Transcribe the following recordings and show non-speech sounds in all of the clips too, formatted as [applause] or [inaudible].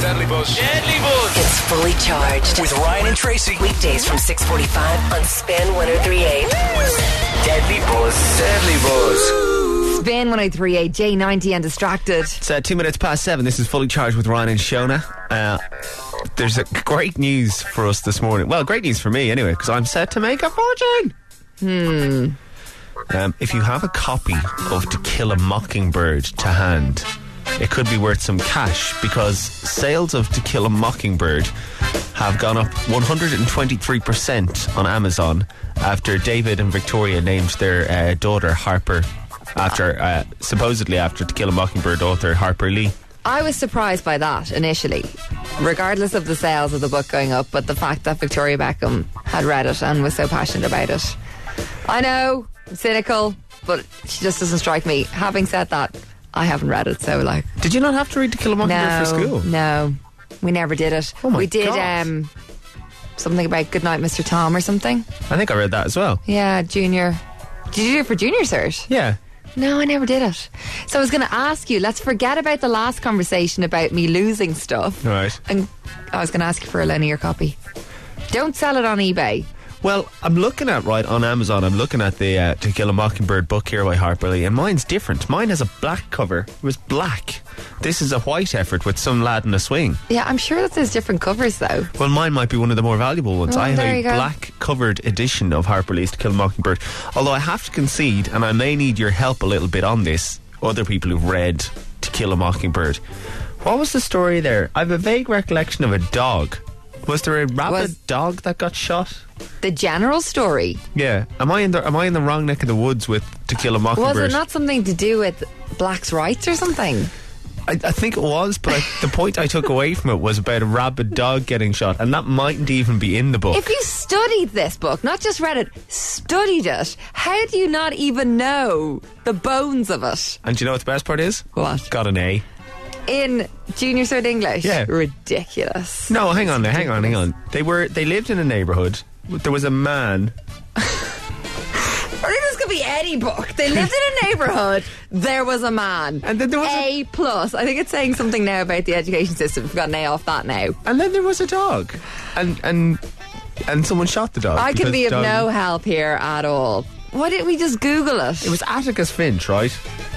Deadly Buzz. Deadly Buzz. It's fully charged. With Ryan and Tracy. Weekdays from 6.45 on oh Spin 103.8. Deadly Buzz. Deadly Buzz. Spin 1038, J90 and Distracted. It's uh, two minutes past seven. This is fully charged with Ryan and Shona. Uh, there's a great news for us this morning. Well, great news for me anyway, because I'm set to make a fortune. Hmm. Um, if you have a copy of To Kill a Mockingbird to hand, it could be worth some cash because sales of To Kill a Mockingbird have gone up 123% on Amazon after David and Victoria named their uh, daughter Harper after uh, supposedly after To Kill a Mockingbird author Harper Lee. I was surprised by that initially, regardless of the sales of the book going up, but the fact that Victoria Beckham had read it and was so passionate about it. I know, I'm cynical, but she just doesn't strike me. Having said that, I haven't read it, so like, Did you not have to read To Kill a Mockingbird no, for school? no, we never did it. Oh my we did God. um something about Goodnight, Mr. Tom, or something. I think I read that as well. Yeah, junior. Did you do it for junior cert? Yeah. No, I never did it. So I was going to ask you, let's forget about the last conversation about me losing stuff. Right. And I was going to ask you for a linear copy. Don't sell it on eBay. Well, I'm looking at right on Amazon. I'm looking at the uh, To Kill a Mockingbird book here by Harper Lee, and mine's different. Mine has a black cover. It was black. This is a white effort with some lad in a swing. Yeah, I'm sure that there's different covers though. Well, mine might be one of the more valuable ones. Oh, I have there a you go. black covered edition of Harper Lee's To Kill a Mockingbird. Although I have to concede, and I may need your help a little bit on this, other people who've read To Kill a Mockingbird. What was the story there? I have a vague recollection of a dog. Was there a rabid Was- dog that got shot? The general story Yeah. Am I in the Am I in the wrong neck of the woods with To Kill a was Mockingbird? it not something to do with blacks' rights or something? I, I think it was, but I, the point I took away from it was about a rabid dog getting shot, and that mightn't even be in the book. If you studied this book, not just read it, studied it, how do you not even know the bones of it? and do you know what the best part is? What? Got an A. In junior third English? Yeah. Ridiculous. No, hang on, now, hang on, hang on. They were they lived in a neighborhood. There was a man. Or this could be any book. They lived in a neighborhood. There was a man. And then there was a- a plus. I think it's saying something now about the education system. We've got an A off that now. And then there was a dog. And and and someone shot the dog. I can because be of dog- no help here at all. Why didn't we just Google it? It was Atticus Finch, right?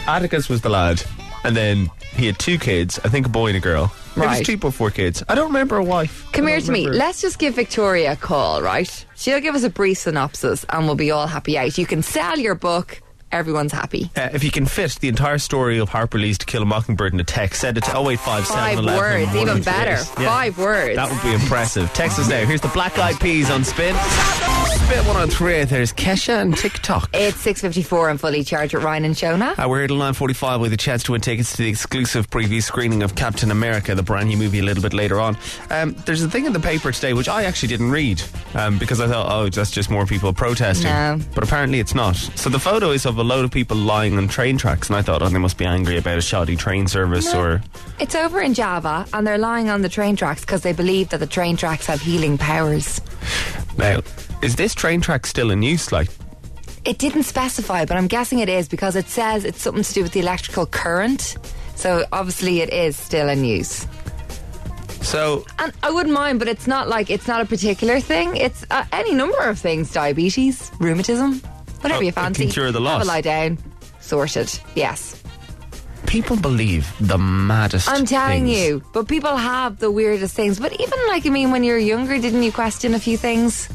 Atticus was the lad. And then he had two kids, I think a boy and a girl. It was Right. two or four kids. I don't remember a wife. Come I here don't to me. remember. Let's just give Victoria a call, right? She'll give us a brief synopsis and we'll be all happy out. You can sell your book. Everyone's happy. Uh, if you can fit the entire story of Harper Lee's To Kill a Mockingbird in a text, send it to 0857 Five words, even better. Five words. That would be impressive. Text us now. Here's the Black Eyed Peas on Spin. Spin 103. There's Kesha and TikTok. It's 6.54 and fully charged with Ryan and Shona. Uh, we're here till 9.45 with a chance to win tickets to the exclusive preview screening of Captain America, the brand new movie, a little bit later on. Um, there's a thing in the paper today which I actually didn't read um, because I thought, oh, that's just more people protesting. No. But apparently it's not. So the photo is of a load of people lying on train tracks, and I thought, oh, they must be angry about a shoddy train service or. It's over in Java and they're lying on the train tracks because they believe that the train tracks have healing powers. Now, is this train track still in use? Like, It didn't specify, but I'm guessing it is because it says it's something to do with the electrical current. So obviously it is still in use. so And I wouldn't mind, but it's not like it's not a particular thing. It's uh, any number of things: diabetes, rheumatism, whatever Oh, you it can fancy. cure the Have loss. a lie down, sorted. Yes, people believe the maddest. I'm telling things. you. But people have the weirdest things. But even like I mean, when you were younger, didn't you question a few things?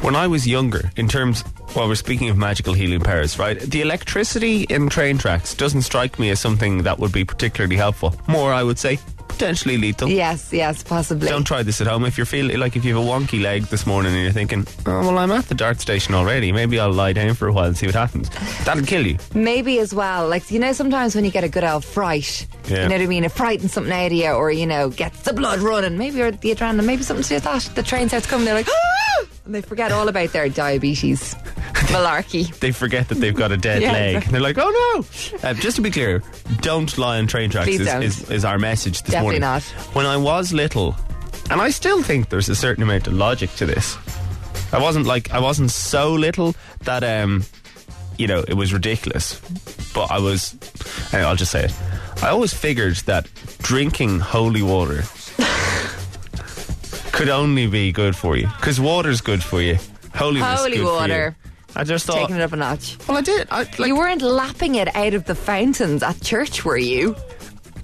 When I was younger, in terms, well, we're speaking of magical healing powers, right? The electricity in train tracks doesn't strike me as something that would be particularly helpful. More, I would say, potentially lethal. Yes, yes, possibly. Don't try this at home. If you're feeling like if you have a wonky leg this morning and you're thinking, oh, well, I'm at the dart station already. Maybe I'll lie down for a while and see what happens. That'll kill you. Maybe as well. Like, you know, sometimes when you get a good old fright, Yeah. you know what I mean? It frightens something out of you, or, you know, gets the blood running, maybe, or the adrenaline, maybe something to do with that. The train starts coming, they're like, ah! And they forget all about their diabetes. [laughs] Malarkey. They forget that they've got a dead Yeah, leg. exactly. They're like, oh no! Uh, just to be clear, don't lie on train tracks Please is, don't. is, is our message this Definitely morning. not. When I was little, and I still think there's a certain amount of logic to this. I wasn't like I wasn't so little that um, you know, it was ridiculous. But I was, anyway, I'll just say it. I always figured that drinking holy water [laughs] could only be good for you because water's good for you. Holy, water's Holy good for water. you. I just thought. Taking it up a notch. Oh. Well, I did. I, like, you weren't lapping it out of the fountains at church, were you?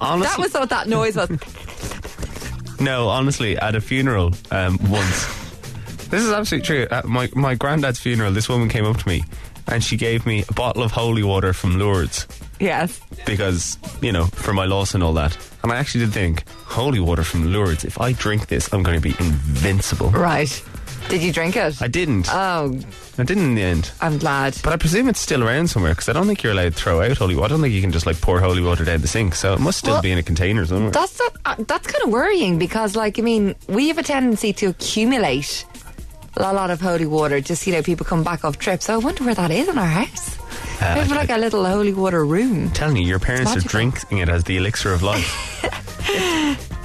honestly, That was what that noise [laughs] was. No, honestly, at a funeral um, once. this is absolutely true. At my, my granddad's funeral, this woman came up to me and she gave me a bottle of holy water from Lourdes yes. because, you know, for my loss and all that. And I actually did think, holy water from Lourdes, if I drink this, I'm going to be invincible. Right. Did you drink it? I didn't. oh, I didn't in the end. I'm glad. But I presume it's still around somewhere because I don't think you're allowed to throw out holy water. I don't think you can just like pour holy water down the sink. So it must still Well, be in a container somewhere. That's not, uh, that's kind of worrying because, like, I mean, we have a tendency to accumulate a lot of holy water. Just you know, people come back off trips. So I wonder where that is in our house. Uh, we have I- like a little holy water room. telling you, your parents are logical. drinking it as the elixir of life.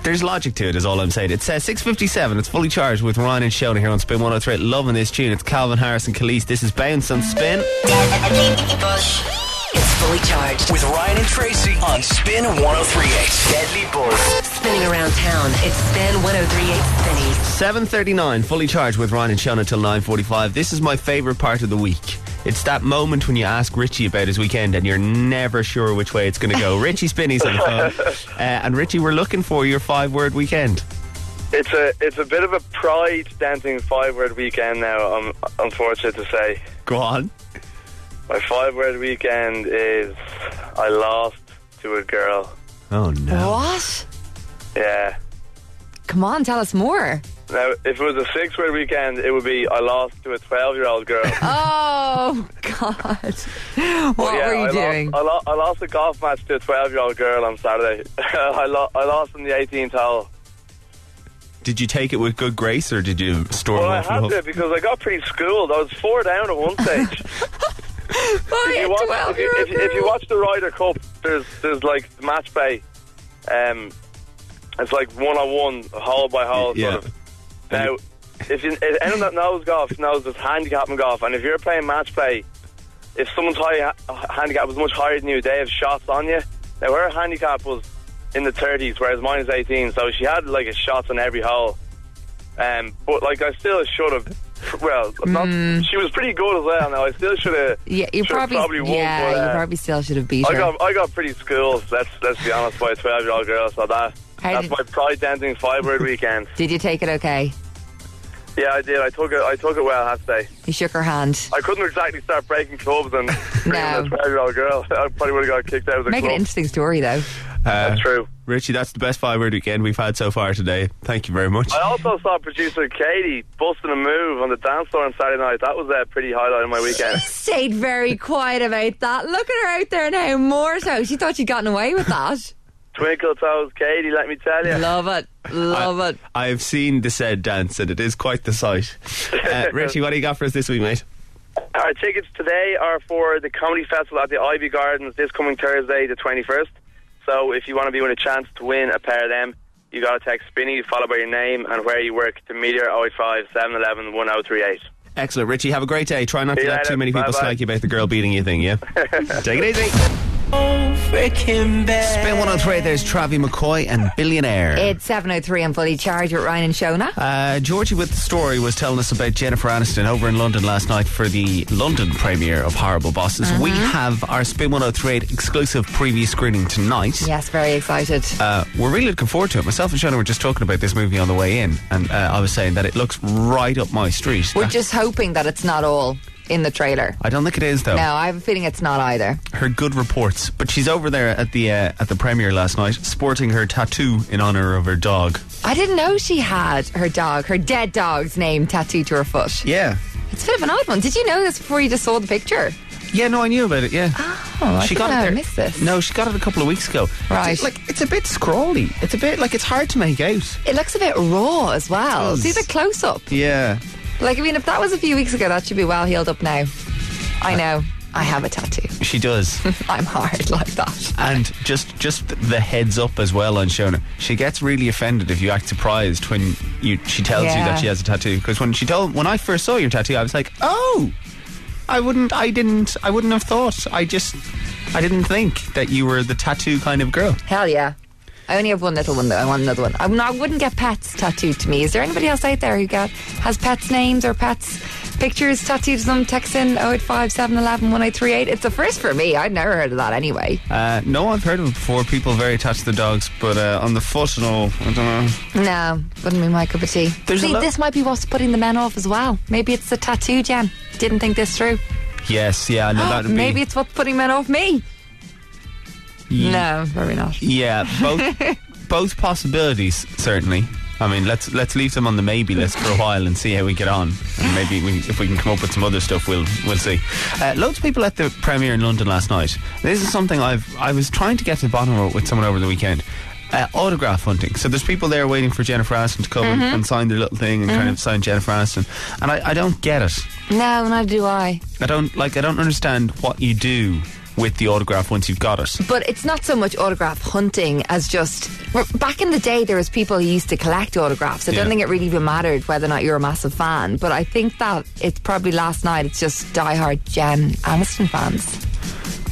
There's logic to it, is all I'm saying. It says 6:57. It's fully charged with Ryan and Shona here on Spin 103. Loving this tune. It's Calvin Harris and Khalees. This is Bounce on Spin. It's fully charged. With Ryan and Tracy on Spin 1038. Deadly Bulls. Spinning around town, it's Spin 1038 Spinny. 7:39. Fully charged with Ryan and Shona till 9:45. This is my favorite part of the week. It's that moment when you ask Richie about his weekend and you're never sure which way it's going to go. Richie Spinney's on the phone. Uh, and Richie, we're looking for your five word weekend. It's a it's a bit of a pride dancing five word weekend now. I'm I'm fortunate to say Go on. my five word weekend is I lost to a girl. Oh, no. What? Yeah. Come on, tell us [laughs] more. Now, if it was a six word weekend, it would be I lost to a twelve year old girl. Oh God! [laughs] What yeah, were you I doing? Lost, I, lo- I lost a golf match to a twelve year old girl on Saturday. [laughs] I, lo- I lost in the eighteenth hole. Did you take it with good grace, or did you storm Well, I off? had and to because I got pretty schooled. I was four down at one stage. By if a you watch, if you, twelve-year-old if, if you girl. watch the Ryder Cup, there's there's like match play. Um, it's like one on one, hole by hole, Yeah. sort of. Now, if you, if anyone that knows golf knows there's handicap in golf, and if you're playing match play, if someone's high ha- handicap was much higher than you, they have shots on you. Now her handicap was in the 30s, whereas mine is 18, so she had like a shot on every hole. Um, but like I still should have. Well, not, she was pretty good as well. Now I still should have. Hmm. Mm. Yeah, you probably, won. yeah, but, uh, you probably still should have beat I her. got I got pretty schooled. Let's let's be honest by a twelve year old girl. So that How that's did- my pride dancing five word weekend. Did you take it okay? Yeah, I did. I took it. I took it well. I have to say. You shook her hand. I couldn't exactly start breaking [laughs] clubs and screaming at No. a twelve year old girl. [laughs] I probably would have got kicked out of the Make it an club. interesting story, though. that's true. Uh, Richie, that's the best five word weekend we've had so far today. Thank you very much. I also saw producer Katie busting a move on the dance floor on Saturday night. That was a pretty highlight of my weekend. stayed very quiet about that. Look at her out there now, more so. She thought she'd gotten away with [laughs] that. Twinkle toes, Katie. Let me tell you. Love it. Love it. I have seen the said dance, and it is quite [laughs] the sight. Uh, Richie, what do you got for us this week, mate? Our tickets today are for the comedy festival at the Ivy Gardens this coming Thursday, the 21st. So if you want to be with a chance to win a pair of them, you got to text Spinny followed by your name and where you work to oh Meteor 085 711 1038. Excellent, Richie. Have a great day. Try not See to you let too later. many people Bye-bye. snag you about the girl beating you thing. [laughs] Yeah, take it easy. Spin 103. There's Travi McCoy and Billionaire. It's 703 and fully charged with Ryan and Shona. Uh, Georgie with the story was telling us about Jennifer Aniston over in London last night for the London premiere of Horrible Bosses. We Uh-huh. have our Spin 103 exclusive preview screening tonight. Yes, very excited. Uh, we're really looking forward to it. Myself and Shona were just talking about this movie on the way in, and uh, I was saying that it looks right up my street. We're just hoping that it's not all in the trailer. I don't think it is though. No, I have a feeling it's not either. Her good reports, but she's over there at the uh, at the premiere last night, sporting her tattoo in honor of her dog. I didn't know she had her dog, her dead dog's name tattooed to her foot. Yeah, It's a bit of an odd one. Did you know this before you just saw the picture? yeah. No, I knew about it. Yeah. Oh, I she didn't got know it I there. missed this. No, she got it a couple of weeks ago. Right. It's, like it's a bit scrawly. It's a bit like it's hard to make out. It looks a bit raw as well. does. See the close up. Yeah. Like, I mean, if that was a few weeks ago, that should be well healed up now. I know. I have a tattoo. [laughs] She does. I'm hard like that. and just just the heads up as well on Shona. She gets really offended if you act surprised when you she tells you Yeah. that she has a tattoo because when she told when I first saw your tattoo I was like, "Oh, I wouldn't I didn't I wouldn't have thought. I just I didn't think that you were the tattoo kind of girl." Hell yeah. I only have one little one though. I want another one. I'm not, I wouldn't get pets tattooed to me. Is there anybody else out there who got has pets names or pets pictures tattooed to them? oh Text in 085 711 1038. It's a first for me. I'd never heard of that anyway. Uh, no, I've heard of it before. People very attached to the dogs, but uh, on the foot, no, I don't [gasps] know. No, wouldn't be my cup of tea. There's a See, lo- this might be what's putting the men off as well. Maybe it's the tattoo, Jen. Didn't think this through. Yes, yeah, no, that'd be. Maybe it's what's putting men off me. Ye- No, probably not. Yeah, both both possibilities certainly. I mean, let's let's leave them on the maybe list for a while and see how we get on. And maybe we, if we can come up with some other stuff, we'll we'll see. Uh, loads of people at the premiere in London last night. This is something I've I was trying to get to the bottom of it with someone over the weekend. Uh, autograph hunting. So there's people there waiting for Jennifer Aniston to come and, and sign their little thing and kind of sign Jennifer Aniston. And I, I don't get it. No, not do I. I don't like. I don't understand what you do with the autograph once you've got it. But it's not so much autograph hunting as just back in the day there was people who used to collect autographs. I Yeah. don't think it really even mattered whether or not you're a massive fan. But I think that it's probably last night. It's just diehard Jen Aniston fans.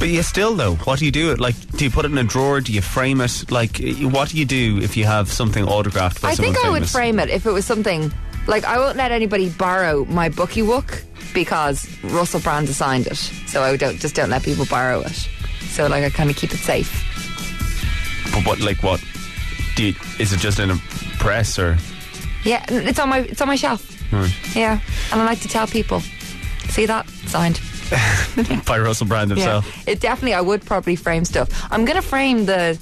But you still though, what do you do? It like, do you put it in a drawer? Do you frame it? Like, y- what do you do if you have something autographed by I someone think I would famous? frame it if it was something like I won't let anybody borrow my bookie wook because Russell Brand assigned it. So I don't just don't let people borrow it. So like I kind of keep it safe. But what, like, what? Do you, is it just in a press or? hmm, Yeah, and it's on my it's on my shelf. [laughs] Yeah, and I like to tell people. See that signed. By Russell Brand Yeah, himself. it definitely. I would probably frame stuff. I'm gonna frame the.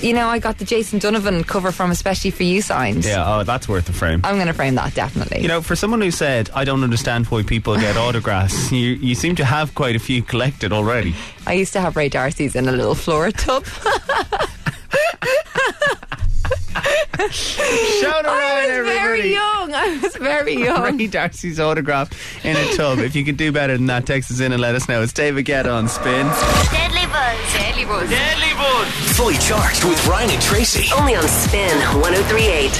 You know, I got the Jason Donovan cover from Especially for You signs. Yeah. Oh, that's worth a frame. I'm gonna frame that definitely. you know, for someone who said, "I don't understand why people [laughs] get autographs," you you seem to have quite a few collected already. I used to have Ray Darcy's in a little floor tub. [laughs] I Shout around, was very everybody! young. I was [laughs] very young. Ray Darcy's autograph in a tub. if you can do better than that, text us in and let us know. It's David Guetta on Spin. Deadly Buzz. Daily Buzz. Fully charged with Ryan and Tracy. Only on Spin 1038.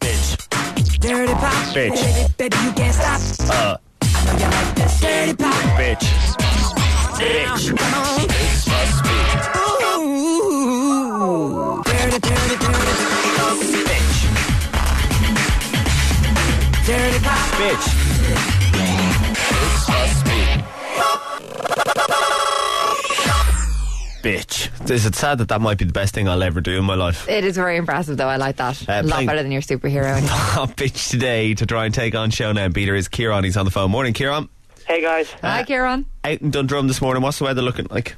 Deadly Boys. Dirty pop, baby, baby, you can't stop. I know you like this dirty pop. Bitch. Come on. Ooh, dirty, dirty, dirty, dirty pop. Bitch. Bitch. Is it sad that that might be the best thing I'll ever do in my life? [laughs] It is very impressive, though. I like that. a Uh, lot playing- better than your [laughs] superhero. anyway. Oh, bitch today to try and take on Shona and Peter is Kieran. He's on the phone. Morning, Kieran. Hey guys. Hi, Kieran. Out in Dundrum this morning. What's the weather looking like?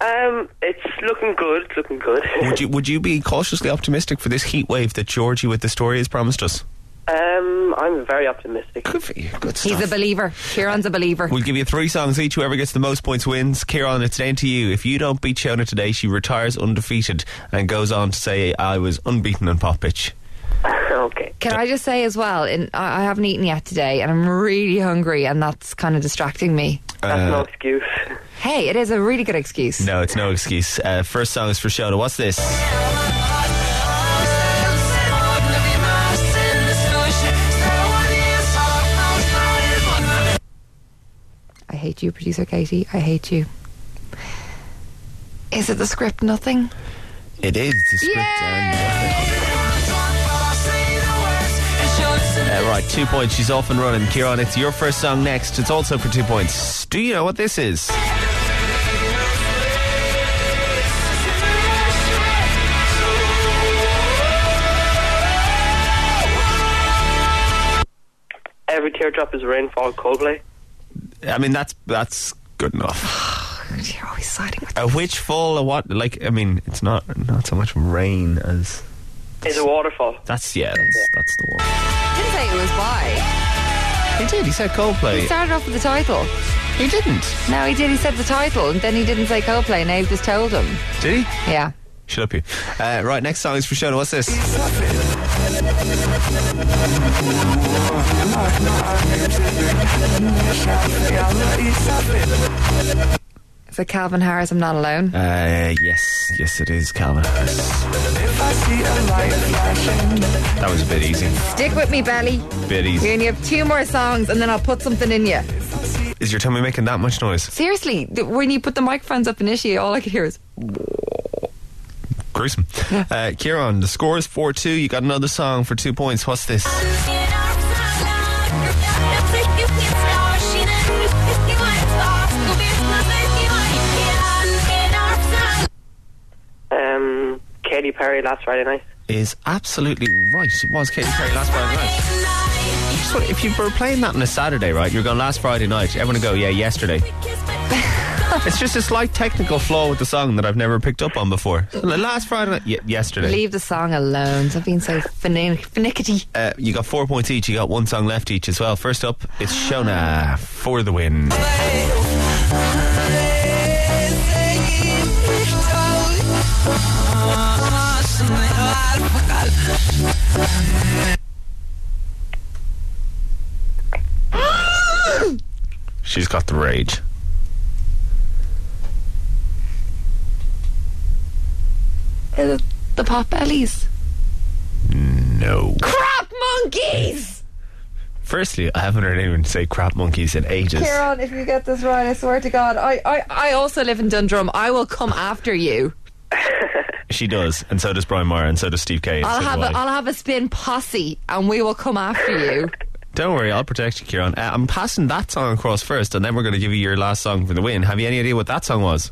Um, it's looking good. It's looking [laughs] good. Would you would you be cautiously optimistic for this heat wave that Georgie with the story has promised us? um, I'm very optimistic. Good for you. Good stuff. He's a believer. Kieran's a believer. We'll give you three songs each. Whoever gets the most points wins. Kieran, it's down to you. If you don't beat Shona today, she retires undefeated and goes on to say, I was unbeaten on Pop Pitch. okay. Can I just say as well? In, I I haven't eaten yet today, and I'm really hungry, and that's kind of distracting me. That's no excuse. Hey, it is a really good excuse. Uh, No, it's no excuse. Uh, first song is for Shona. What's this? I hate you, producer Katie. I hate you. Is it the script? Nothing. It is the script. And uh, right, two points. She's off and running. Kieran, it's your first song next. It's also for two points. Do you know what this is? Every teardrop is rainfall. Coldplay. I mean, that's that's good enough. You're Oh, always siding with. A which fall? A what? Like, I mean, it's not not so much rain as Is a waterfall. that's yeah. That's, that's the one. I didn't say it was by. He did. He said He Coldplay. started off with the title. He didn't. No, he did. He said the title, and then he didn't say Coldplay. Nave just told him. Did he? Yeah. Shut up, you. Uh, right, next song is for Shona. What's this? So Calvin Harris, I'm not alone. Uh, yes, yes, it is Calvin Harris. That was a bit easy. Stick with me, Belly. Bit We easy. only have two more songs, and then I'll put something in you. Is your tummy making that much noise? Seriously, th- when you put the microphones up initially, all I could hear is gruesome. Uh, Kieran, the score is 4 2. You got another song for two points. What's this? Um, Katy Perry [gasps] last Friday night. Is absolutely right. It was Katy Perry last Friday night. So if you were playing that on a Saturday, right, you're going last Friday night, everyone would go, yeah, yesterday. [laughs] It's just a slight technical flaw with the song that I've never picked up on before. Last Friday night, y- yesterday. Leave the song alone. I've been so finic- finicky. Uh, you got four points each. You got one song left each as well. First up, it's Shona for the win. She's got the rage. Uh, The pot bellies. No. Crap monkeys! Firstly, I haven't heard anyone say crap monkeys in ages. Kieran, if you get this right, I swear to God, I, I, I also live in Dundrum. I will come after you. She does, and so does Brian Meyer, and so does Steve Kay. and I'll so have do I. a, I'll have a spin posse, and we will come after you. Don't worry, I'll protect you, Kieran. Uh, I'm passing that song across first, and then we're going to give you your last song for the win. Have you any idea what that song was?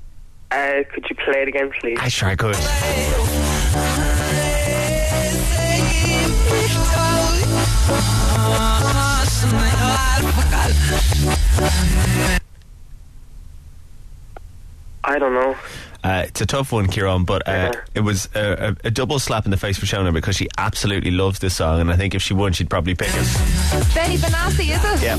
Uh, could you play it again, please? I sure I could. I don't know. Uh, it's a tough one, Kieran, but uh, Yeah. it was a, a, a double slap in the face for Shona because she absolutely loves this song, and I think if she won, she'd probably pick it. Benny Benassi, is it? Yeah.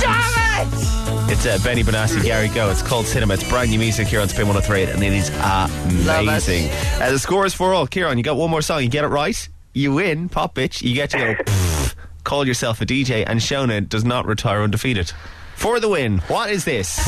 Damn it! It's uh, Benny Benassi, Gary Go. It's called Cinema. It's brand new music here on Spin 103, and it is amazing. Uh, the score is for all. Kieran, you got one more song. You get it right, you win. Pop bitch, you get to go. [laughs] pff, call yourself a DJ, and Shona does not retire undefeated. For the win, what is this?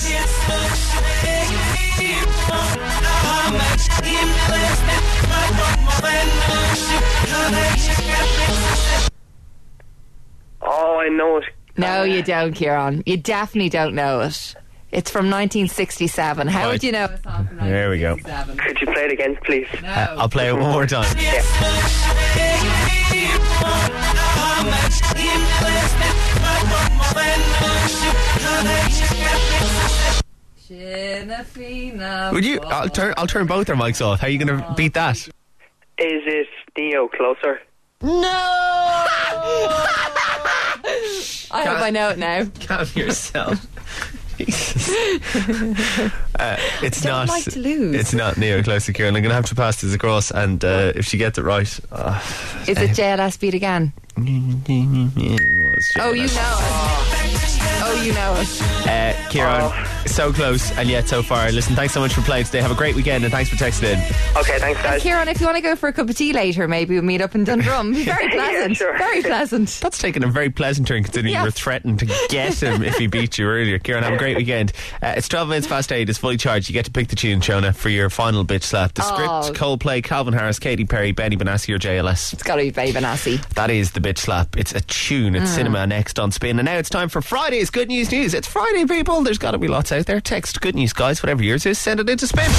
Oh, I know it. No, you don't, Kieran. You definitely don't know it. It's from 1967. How Right. would you know a song from There we go. 1967? Could you play it again, please? Uh, I'll play it one more time. Shinafina. [laughs] Would you? I'll turn. I'll turn both our mics off. How are you going to beat that? Is it Neo closer? No! [laughs] I hope I know it now. Calm yourself. Jesus. Uh, it's Don't not. like to lose. It's not Neo close to Kieran. I'm going to have to pass this across, and uh, if she gets it right, uh, Is it JLS Beat Again? Oh, you know it. Oh, you know it. Uh, Kieran, so close and yet so far. Listen, thanks so much for playing today. Have a great weekend, and thanks for texting in. Okay, thanks, guys. Kieran, if you want to go for a cup of tea later, maybe we'll meet up in Dundrum. Very pleasant. sure. Very pleasant. That's taken a very pleasant turn considering Yeah. you were threatened to get him if he beat you earlier. Kieran, have a great weekend. Uh, it's 12 minutes past 8. It's fully charged. You get to pick the tune, Shona, for your final bitch slap. The Oh. script, Coldplay, Calvin Harris, Katy Perry, Benny Benassi, or JLS. It's got to be Mm. Babe and Assie. That is the bitch slap. It's a tune. It's cinema next on spin. And now it's time for Friday's Good News News. It's Friday, people. There's got to be lots out there. Text Good News, guys. Whatever yours is, send it into spin.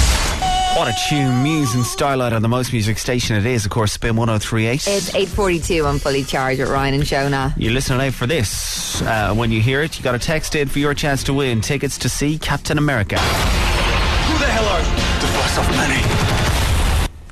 What a tune, Muse and Starlight on the most music station it is. Of course, Spin 1038. It's 8.42 on Fully Charged at Ryan and Shona. You listen out for this. Uh, when you hear it, you got to text in for your chance to win tickets to see Captain America. Who the hell are you? The boss of many.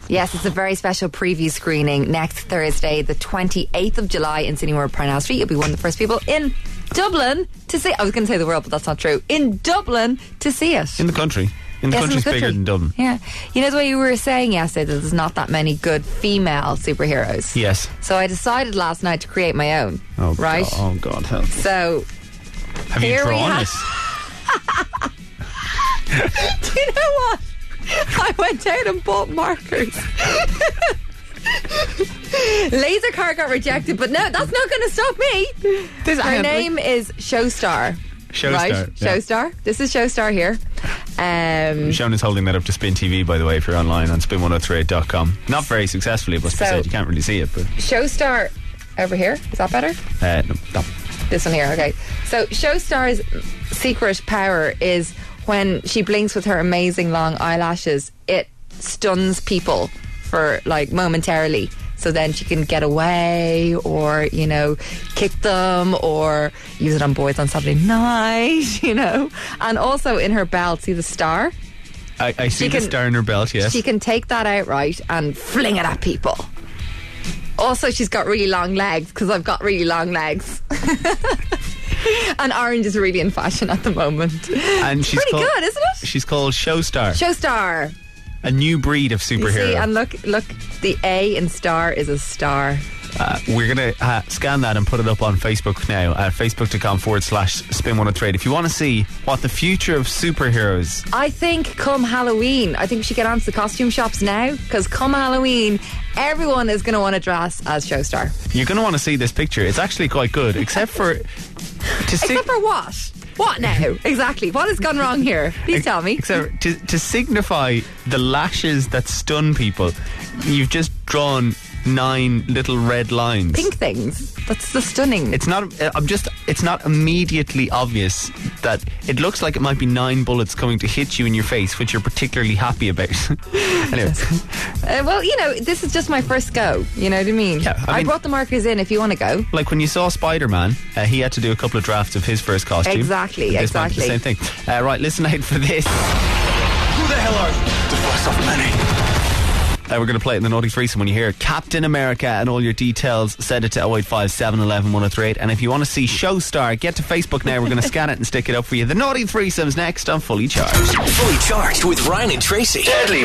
Yes, it's a very special preview screening next Thursday, the 28th of July in Cineworld Parnell Street. You'll be one of the first people in Dublin to see... I was going to say the world, but that's not true. In Dublin to see it. In the country. In the Yes, in country's the bigger country. than Dublin. Yeah. You know the way you were saying yesterday that there's not that many good female superheroes. Yes. So I decided last night to create my own. right? Oh, God. help. So Have you Here we drawn have- this? [laughs] do you know what? I went out and bought markers. [laughs] Laser car got rejected, but no, that's not going to stop me. Her name is Showstar. Showstar, Right? yeah. Showstar. This is Showstar here. Um, Sean is holding that up to Spin TV, by the way, if you're online on spin1038.com. Not very successfully, it must be So- said. You can't really see it, but. Showstar over here. Is that better? Uh, no, no. This one here, okay. So Showstar's secret power is when she blinks with her amazing long eyelashes, it stuns people. for like momentarily. So then she can get away or, you know, kick them or use it on boys on Saturday [laughs] night, you know. And also in her belt, see the star? I, I see She the can- star in her belt, yes. She can take that out right and fling it at people. Also, she's got really long legs because I've got really long legs. [laughs] and orange is really in fashion at the moment. and she's Pretty called, good, isn't it? She's called Showstar, Showstar. a new breed of You superhero. see, and look, look, the A in star is a star. Uh, we're going to uh, scan that and put it up on Facebook now at facebook.com forward slash spin 103. If you want to see what the future of superheroes, I think come Halloween, I think we should get onto the costume shops now because come Halloween, everyone is going to want to dress as Showstar. you're going to want to see this picture. It's actually quite good, except for. To sig- Except for what? What now? exactly. What has gone wrong here? Please tell me. Except to, to signify the lashes that stun people, you've just drawn nine little red lines. Pink things. Uh, That's the stunning. It's not. uh, I'm just. It's not immediately obvious that it looks like it might be nine bullets coming to hit you in your face, which you're particularly happy about. [laughs] anyway, Uh, well, you know, this is just my first go. You know what I mean? Yeah, I I, mean- brought the markers in if you want to go. like when you saw Spider Man, uh, he had to do a couple of drafts of his first costume. Exactly, This might be The exactly. same thing. Uh, right. Listen out for this. Who the hell are you? The voice of many. Uh, we're going to play it in the Naughty Threesome when you hear it. Captain America and all your details. Send it to 085 711 1038. And if you want to see Showstar, get to Facebook now. We're going to scan it and stick it up for you. The Naughty Threesome's next on Fully Charged. Fully charged with Ryan and Tracy. Deadly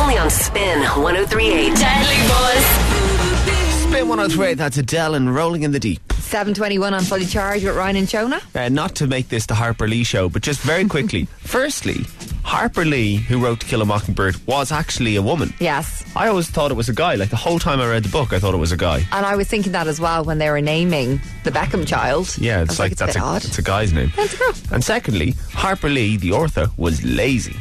Only on Spin 1038. Deadly Boys. Spin 103, that's Adele and Rolling in the Deep. 721 on Fully Charge with Ryan and Shona. uh, not to make this the Harper Lee show, but just [laughs] very quickly. Firstly, Harper Lee, who wrote To Kill a Mockingbird, was actually a woman. Yes. I always thought it was a guy. Like the whole time I read the book, I thought it was a guy. And I was thinking that as well when they were naming the Beckham child. Yeah, I was it's like, it's that's a a, bit odd. it's a guy's name. That's a girl. And secondly, Harper Lee, the author, was lazy.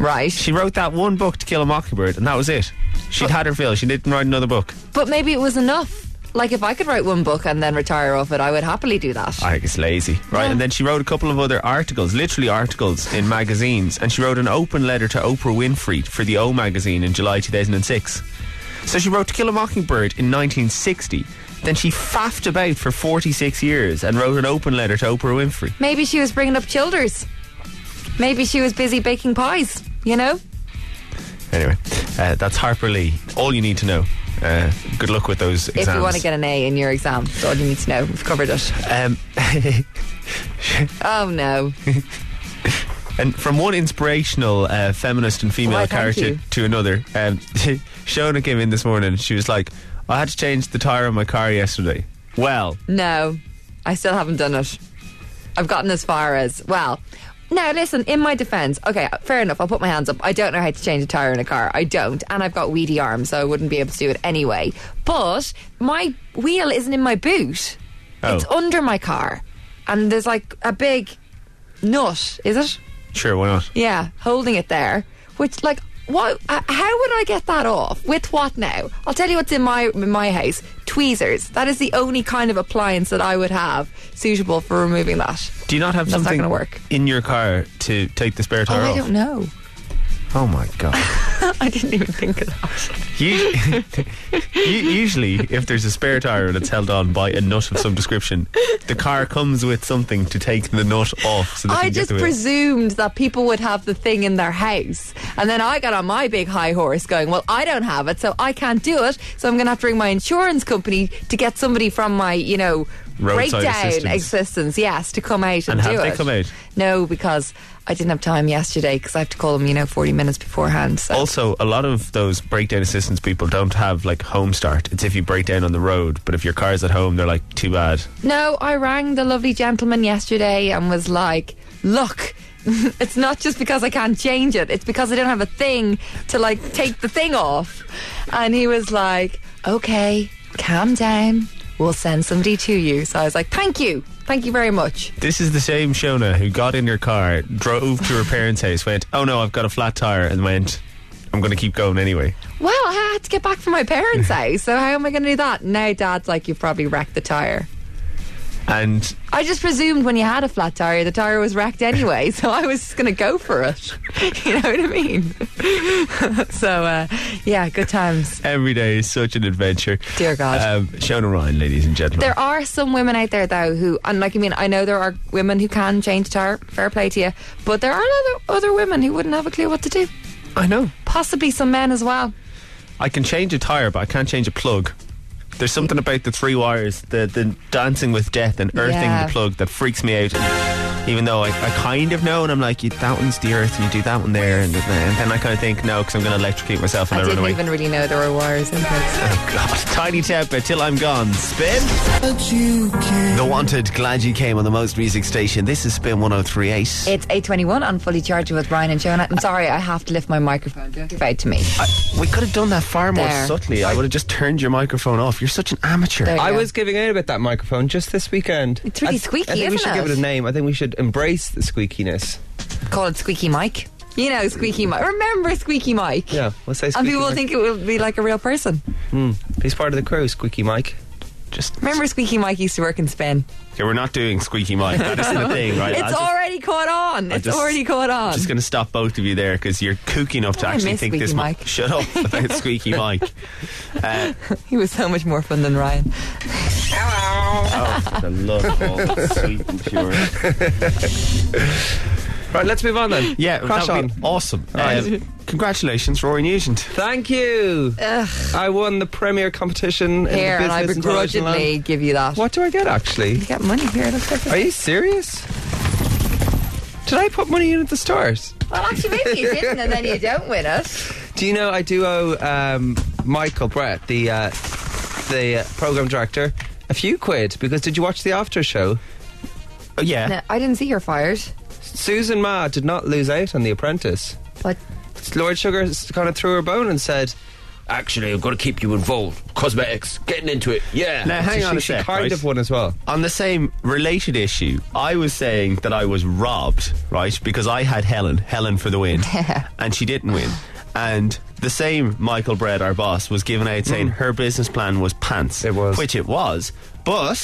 Right. She wrote that one book, To Kill a Mockingbird, and that was it. She'd had her fill. She didn't write another book. But maybe it was enough. Like if I could write one book and then retire off it, I would happily do that. I think it's lazy, right? And then she wrote a couple of other articles, literally articles in magazines, and she wrote an open letter to Oprah Winfrey for the O magazine in July 2006. So she wrote To Kill a Mockingbird in 1960. Then she faffed about for 46 years and wrote an open letter to Oprah Winfrey. Maybe she was bringing up childers. Maybe she was busy baking pies. You know. Anyway, uh, that's Harper Lee. All you need to know. Uh, good luck with those exams. If you want to get an A in your exam, that's all you need to know. We've covered it. Um, Oh no. And from one inspirational uh, feminist and female Why, thank character you. to another, um, [laughs] Shona came in this morning. She was like, "I had to change the tire on my car yesterday." Well, No, I still haven't done it. I've gotten as far as well. Now, listen, in my defense, okay, fair enough, I'll put my hands up. I don't know how to change a tire in a car. I don't. And I've got weedy arms, so I wouldn't be able to do it anyway. But my wheel isn't in my boot, Oh. it's under my car. And there's like a big nut, is it? sure, why not? Yeah, holding it there. Which, like, what? Uh, how would I get that off? With what now? I'll tell you what's in my in my house: tweezers. That is the only kind of appliance that I would have suitable for removing that. Do you not have That's not something gonna work. in your car to take the spare Oh, tire I off? don't know. [laughs] Oh my god! I didn't even think of that. [laughs] Usually, usually, if there's a spare tire and it's held on by a nut of some description, the car comes with something to take the nut off. So they I can just get the wheel. presumed that people would have the thing in their house, and then I got on my big high horse, going, "Well, I don't have it, so I can't do it. So I'm going to have to ring my insurance company to get somebody from my, you know." Roadside breakdown assistance. assistance, yes, to come out and, And have do they it. come out? No, because I didn't have time yesterday because I have to call them, you know, 40 minutes beforehand. So. Also, a lot of those breakdown assistance people don't have like home start. It's if you break down on the road, but if your car's at home, they're like too bad. No, I rang the lovely gentleman yesterday and was like, look. [laughs] It's not just because I can't change it. It's because I don't have a thing to like take the thing off. And he was like, "Okay, calm down. We'll send somebody to you." So I was like, "Thank you. Thank you very much." This is the same Shona who got in her car, drove to her parents' house, went, "Oh no, I've got a flat tire," and went, "I'm going to keep going anyway." Well, I had to get back from my parents' house, so how am I going to do that? Now dad's like, "You've probably wrecked the tire." And I just presumed when you had a flat tire, the tire was wrecked anyway, so I was just going to go for it. [laughs] You know what I mean? [laughs] so, uh, yeah, good times. every day is such an adventure. Dear God. Um, Shona Ryan, ladies and gentlemen. There are some women out there though who, and like I mean, I know there are women who can change tire. Fair play to you, but there are other other women who wouldn't have a clue what to do. I know. Possibly some men as well. I can change a tire, but I can't change a plug. There's something about the three wires, the, the dancing with death and earthing Yeah. the plug that freaks me out. Even though I, I kind of know, and I'm like, you, that one's the earth, and you do that one there, and, th- and then I kind of think, no, because I'm going to electrocute myself and I I, run didn't away. even really know there were wires in place. Oh, God. Tiny Temper, Till I'm Gone. Spin. The Wanted, glad you came on the most music station. This is Spin 1038. It's eight twenty one on fully charged with Brian and Jonah. I'm sorry, I have to lift my microphone. Don't give out to me. we could have done that far more There. subtly. I would have just turned your microphone off. You're such an amateur. There you I go. was giving out about that microphone just this weekend. It's really I- squeaky, I think we isn't should give it? it a name. I think we should embrace the squeakiness. call it Squeaky Mike. You know, Squeaky Mike. Remember Squeaky Mike? Yeah, we'll say And squeaky. people will Mike. think it will be like a real person. Hmm. he's part of the crew, Squeaky Mike. Just Remember, Squeaky Mike used to work in Spin. Okay, we're not doing squeaky mic. That [laughs] isn't a thing, right? It's I'm just, already caught on. It's just- already caught on. Oh, I'm just going to stop both of you there because you're kooky enough to I actually miss think this. squeaky mi- mic. Shut up about [laughs] squeaky mic. Uh, He was so much more fun than Ryan. oh, for the love of all that's sweet and pure. [laughs] Right, let's move on then. Yeah, crash that would on. be awesome. Right. Um, congratulations, Rory Nugent. Thank you. Ugh. I won the premier competition in Here, the and business I intelligence begrudgingly land. give you that. What do I get actually? You got money here. It looks like Are this. you serious? Did I put money in at the start? Well, actually, maybe you didn't, and then you don't win it. Do you know I do owe um, Michael Brett, the uh, the program director, a few quid because did you watch the after show? Oh, yeah. No, I didn't see you're fired. Susan Ma did not lose out on The Apprentice. But Lord Sugar kind of threw her bone and said, "Actually, I've got to keep you involved. Cosmetics, getting into it. Yeah." Now, hang So on she, a she sec, kind right? of won as well. On the same related issue, I was saying that I was robbed, right? Because I had Helen, Helen for the win, and she didn't win. And the same Michael Bread, our boss, was given out saying her business plan was pants. Mm. It was. Which it was, but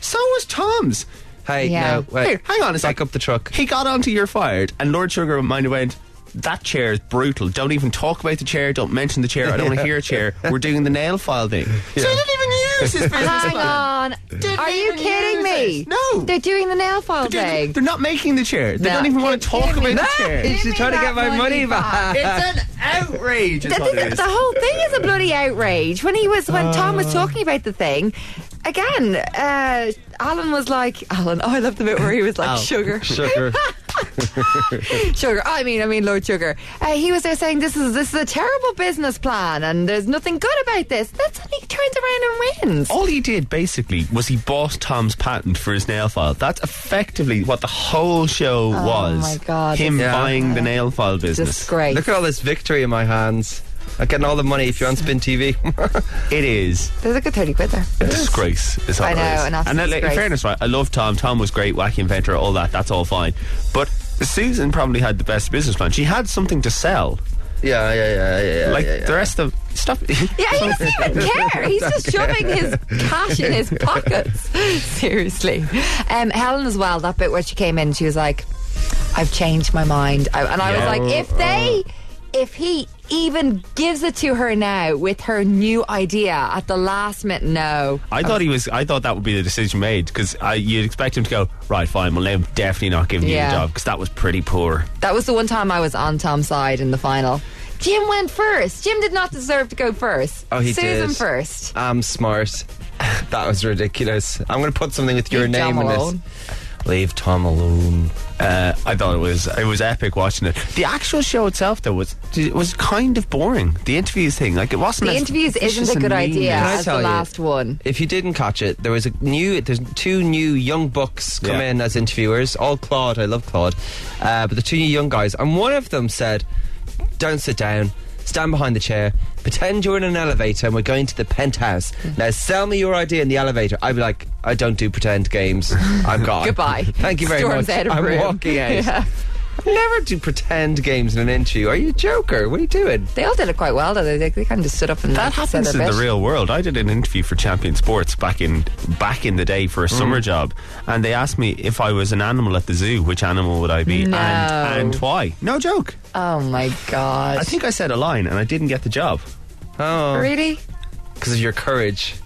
so was Tom's. Hey, Yeah. no, wait. Here, hang on a Back sec. up the truck. He got onto You're Fired, and Lord Sugar mind went, That chair is brutal. Don't even talk about the chair. Don't mention the chair. [laughs] I don't want to hear a chair. We're doing the nail file thing. So he didn't even use his business hang plan. on. Are you even kidding me? use it. No. They're doing the nail file Dude, thing. They're not making the chair. They No. don't even want to Give- talk give me about the that. chair. Give She's me trying to that get my money back. It's an outrage. Is That- what that- it is. the whole thing is a bloody outrage. When he was, when Tom was talking about the thing, again, uh, Alan was like, Alan. Oh, I love the bit where he was like, [laughs] [laughs] sugar, Sugar. sugar. I mean, I mean, Lord Sugar. Uh, he was there saying this is this is a terrible business plan, and there's nothing good about this. That's when he turns around and wins. All he did basically was he bought Tom's patent for his nail file. That's effectively what the whole show was. Oh my God, Him this is- buying the nail file business. Disgrace. Look at all this victory in my hands. I'm getting all the money if you're on Spin [laughs] TV. It is There's a good thirty quid there. a disgrace. Is what I it know, is. an absolute and that, like, in disgrace. fairness, right? I love Tom. Tom was great, wacky inventor, all that. That's all fine. But Susan probably had the best business plan. She had something to sell. yeah, yeah, yeah, yeah. yeah, Like yeah, yeah. the rest of [laughs] stop. Yeah, he doesn't even care. He's just shoving his cash in his [laughs] pockets. Seriously. Um, Helen as well, that bit where she came in, she was like, I've changed my mind. I, and I Yeah. was like, if they, if he even gives it to her now with her new idea at the last minute, no. I thought he was. I thought that would be the decision made because you'd expect him to go right. Fine, well, I'm definitely not giving Yeah. you the job because that was pretty poor. That was the one time I was on Tom's side in the final. Jim went first. Jim did not deserve to go first. Oh, he Susan did. first. I'm smart. [laughs] that was ridiculous. I'm going to put something with your Leave name Tom in alone. this. Leave Tom alone. Uh, I thought it was. It was epic watching it. The actual show itself, though, was it was kind of boring. The interviews thing, like it wasn't. The as interviews vicious isn't a and good mean idea as- I as the tell you? last one. If you didn't catch it, there was a new. There's two new young bucks come Yeah. in as interviewers. All Claude. I love Claude. Uh, but the two new young guys, and one of them said, "Don't sit down. Stand behind the chair. Pretend you're in an elevator, and we're going to the penthouse. Now sell me your idea in the elevator." I'd be like, "I don't do pretend games. I'm [laughs] gone. Goodbye. [laughs] Thank you very Storms much. out of I'm room. walking out." [laughs] Yeah. Never do pretend games in an interview. Are you a joker? What are you doing? They all did it quite well, though. They, they, kind of stood up and said That happens their in the bit. real world. I did an interview for Champion Sports back in back in the day for a summer job, and they asked me if I was an animal at the zoo, which animal would I be, No. and and why? No joke. Oh my god! I think um, I said a line, and I didn't get the job. Oh, really? because of your courage.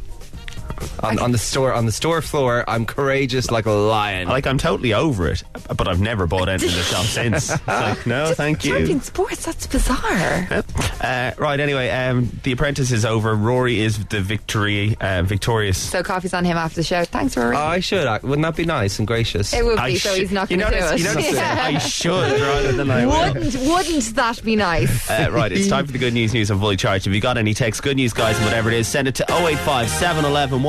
On, on the store on the store floor, I'm courageous like a lion. Like I'm totally over it, but I've never bought anything in the [laughs] shop since. It's like, no, thank you. Champion sports. That's bizarre. Yep. Uh, right. Anyway, um, the apprentice is over. Rory is the victory uh, victorious. So coffee's on him after the show. Thanks, Rory. I should. act- Wouldn't that be nice and gracious? it would be. I so sh- he's not you going to do notice- it. You notice Yeah. I should rather than [laughs] I will. Wouldn't wouldn't that be nice? Uh, right, it's time for the good news news on Fully Charged. If you got any text, good news, guys, and whatever it is, send it to 085 711 1038.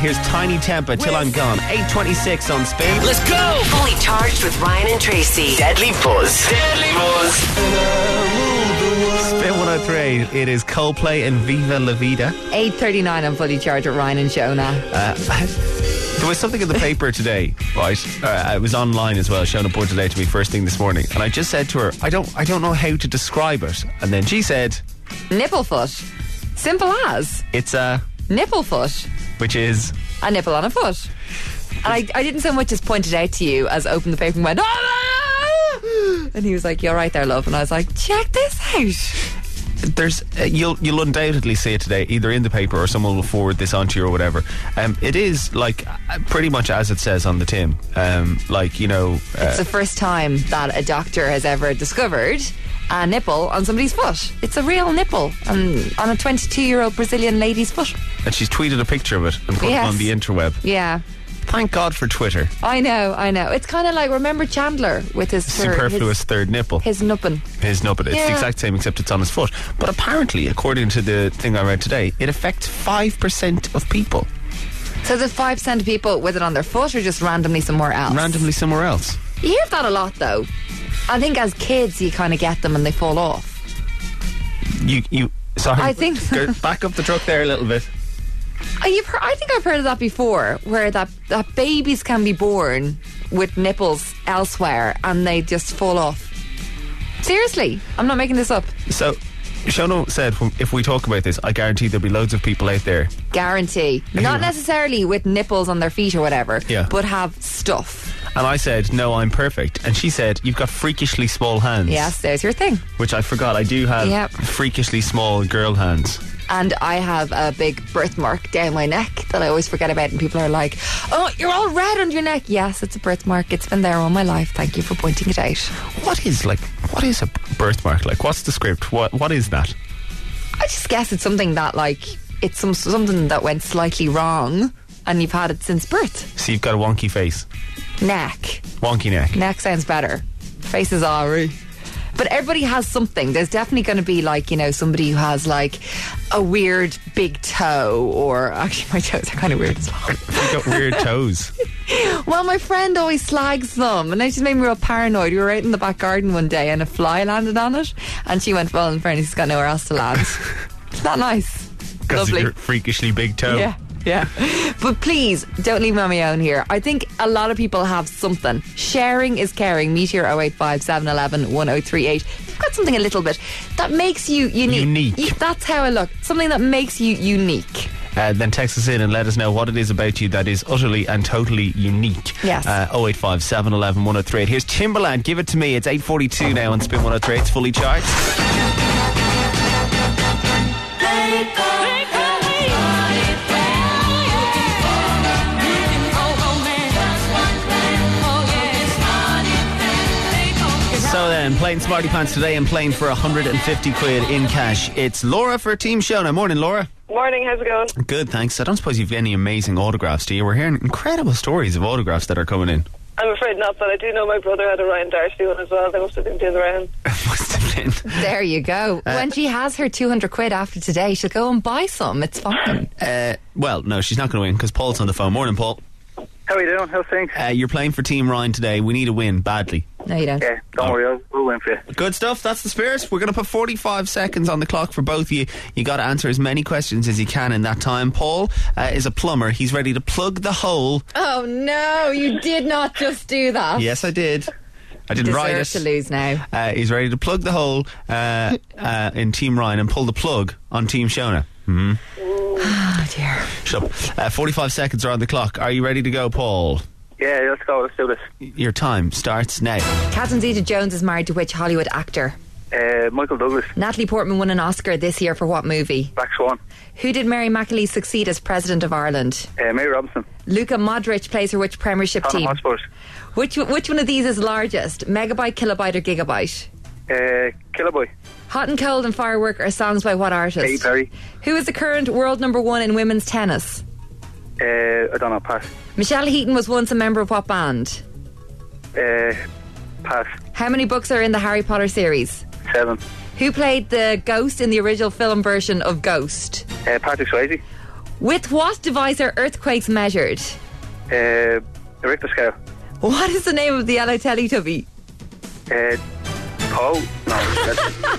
Here's Tiny Temper Till I'm Gone, 826 on spin. Let's go! Fully charged with Ryan and Tracy. Deadly Buzz. Deadly Buzz. Spin 103, it is Coldplay and Viva La Vida. [laughs] Eight thirty nine on Fully Charged with Ryan and Shona. Uh, [laughs] there was something in the paper today, right? Uh, it was online as well, shown up board today to me first thing this morning. And I just said to her, I don't, I don't know how to describe it. And then she said, Nipplefoot. Simple as it's a, nipplefoot. which is, A nipple on a foot. And I, I didn't so much as point it out to you as opened the paper and went, "Ah!" and he was like, "You're right there, love." And I was like, "Check this out." there's uh, you'll you'll undoubtedly see it today either in the paper or someone will forward this onto you or whatever um, it is like uh, pretty much as it says on the tin um, like you know uh, It's the first time that a doctor has ever discovered a nipple on somebody's foot. It's a real nipple um, on a 22 year old Brazilian lady's foot. and she's tweeted a picture of it and put Yes. it on the interweb Yeah. thank god for twitter I know, I know. It's kind of like remember Chandler with his thir- superfluous his, third nipple his nuppin. his nubbin it's the Yeah. exact same except it's on his foot but apparently according to the thing I read today it affects 5% of people So the five percent of people with it on their foot or just randomly somewhere else. randomly somewhere else You hear that a lot though. I think as kids you kind of get them and they fall off. you you sorry I think- Go back up the truck there a little bit Uh, You've heard, I think I've heard of that before, where that that babies can be born with nipples elsewhere and they just fall off. Seriously, I'm not making this up. So, Shono said, "Wh- if we talk about this, I guarantee there'll be loads of people out there. Guarantee. Not necessarily with nipples on their feet or whatever, Yeah. but have stuff. And I said, no, I'm perfect. And she said, you've got freakishly small hands. Yes, there's your thing. Which I forgot. I do have Yep. freakishly small girl hands. and I have a big birthmark down my neck that I always forget about, and people are like, "Oh, you're all red on your neck." Yes, it's a birthmark. It's been there all my life. Thank you for pointing it out. What is like? What is a birthmark like? What's the script? What What is that? I just guess it's something that like it's some something that went slightly wrong, and you've had it since birth. So you've got a wonky face, Neck, wonky neck. neck sounds better. Faces are. eh? But everybody has something. There's definitely going to be like you know somebody who has like a weird big toe, or [laughs] actually my toes are kind of weird as well. You've [laughs] got weird toes. Well, my friend always slags them, and it just made me real paranoid. We were out in the back garden one day, and a fly landed on it, and she went, "Well, in fairness, it's got nowhere else to land." it's not nice. Because of Lovely. your freakishly big toe. Yeah, yeah. But please don't leave me on my own here. I think a lot of people have something. Sharing is caring. Meteor 085 711 1038. You've got something a little bit that makes you unique. Unique. You- that's how I look. Something that makes you unique. Uh, then text us in and let us know what it is about you that is utterly and totally unique. Yes. Uh, 085 711 1038. Here's Timberland. Give it to me. It's 842 now on Spin 103. It's fully charged. So then, playing Smarty Pants today and playing for 150 quid in cash. It's Laura for Team Shona. Morning, Laura. Morning, how's it going? Good, thanks. I don't suppose you've any amazing autographs, do you? We're hearing incredible stories of autographs that are coming in. I'm afraid not, but I do know my brother had a Ryan Darcy one as well. They must have been doing the round. Must have been. There you [laughs] go. Uh, when she has her 200 quid after today, she'll go and buy some. It's [laughs] fine. Uh, Well, no, she's not going to win because Paul's on the phone. Morning, Paul. How are you doing? How's things? Uh, you're playing for Team Ryan today. We need a win badly. No, you don't. Yeah, don't worry, I'll, we'll win for you. Good stuff. That's the spirit. We're going to put 45 seconds on the clock for both of you. You got to answer as many questions as you can in that time. Paul uh, is a plumber. He's ready to plug the hole. Oh no, you did not just do that. Yes, I did. I didn't Deserve write it. to lose now. Uh, he's ready to plug the hole uh, uh, in Team Ryan and pull the plug on Team Shona. Hmm? Oh dear. Shut up. Uh, 45 seconds are on the clock. Are you ready to go, Paul? Yeah, let's go. Let's do this. Your time starts now. Catherine Zeta Jones is married to which Hollywood actor? Uh, Michael Douglas, Natalie Portman won an Oscar this year for what movie? Black Swan, Who did Mary McAlee succeed as President of Ireland? uh, Mary Robinson, Luka Modric plays for which Premiership Tottenham team? Hotspurs, Which which one of these is largest? Megabyte, kilobyte, or gigabyte? uh, Killer Boy, Hot and Cold and Firework are songs by what artist? Katy Perry. Who is the current world number one in women's tennis? Uh, I don't know. Pass. Michelle Heaton was once a member of what band? Uh, pass. How many books are in the Harry Potter series? Seven. Who played the ghost in the original film version of Ghost? Uh, Patrick Swayze, With what device are earthquakes measured? uh, the Richter scale. What is the name of the yellow Teletubby? Uh, Paul. No. that's-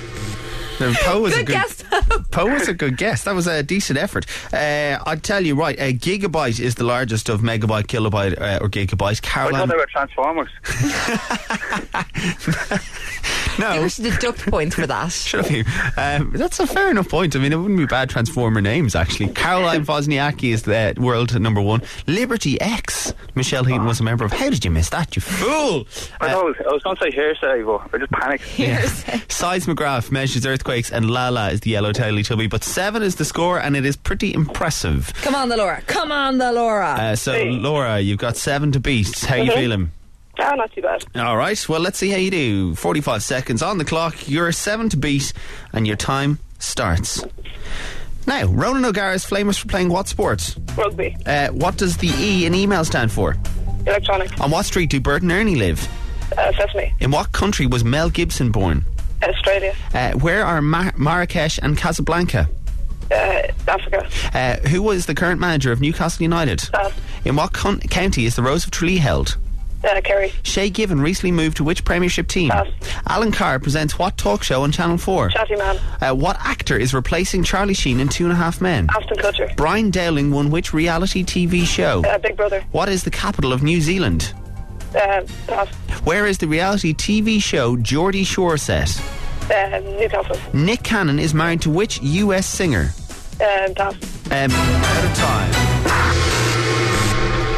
Now, Poe was a Good good guess. [laughs] Poe was a good guess. That was a decent effort. Uh, I'd tell you, right, a gigabyte is the largest of megabyte, kilobyte, uh, or gigabyte. I thought Caroline, they were [laughs] Transformers. I [laughs] no, wish you deduct points for [laughs] that. shut up you. Um, that's a fair enough point. I mean, it wouldn't be bad transformer names actually. [laughs] Caroline Wozniacki is the world number one. Liberty X. Michelle Heaton was a member of. How did you miss that, you fool? I, Uh, thought it was, I was going to say hearsay, but I just panicked. Here's [laughs] Seismograph measures earthquakes, and Lala is the yellow Teletubby. But seven is the score, and it is pretty impressive. Come on, the Laura. Come on, the Laura. Uh, so, Laura, you've got seven to beat. How you Mhm. feeling? Ah, not too bad. All right. Well, let's see how you do. Forty-five seconds on the clock. You're seven to beat, and your time starts now. Ronan O'Gara is famous for playing what sport? Rugby. Uh, what does the E in email stand for? Electronic. On what street do Bert and Ernie live? Uh, sesame. In what country was Mel Gibson born? Australia. Uh, where are Ma- Marrakesh and Casablanca? Uh, Africa. Uh, Uh, who was the current manager of Newcastle United? South. In what con- county is the Rose of Tralee held? Uh, Kerry. Shay Given recently moved to which Premiership team? Pass. Alan Carr presents what talk show on Channel 4? Chatty man. Uh, what actor is replacing Charlie Sheen in Two and a Half Men? Aston Kutcher. Brian Dowling won which reality TV show? Uh, Big Brother. What is the capital of New Zealand? Uh, pass. Where is the reality TV show Geordie Shore set? Uh, Newcastle. Nick Cannon is married to which US singer? Uh, pass. [laughs] Um, out of time.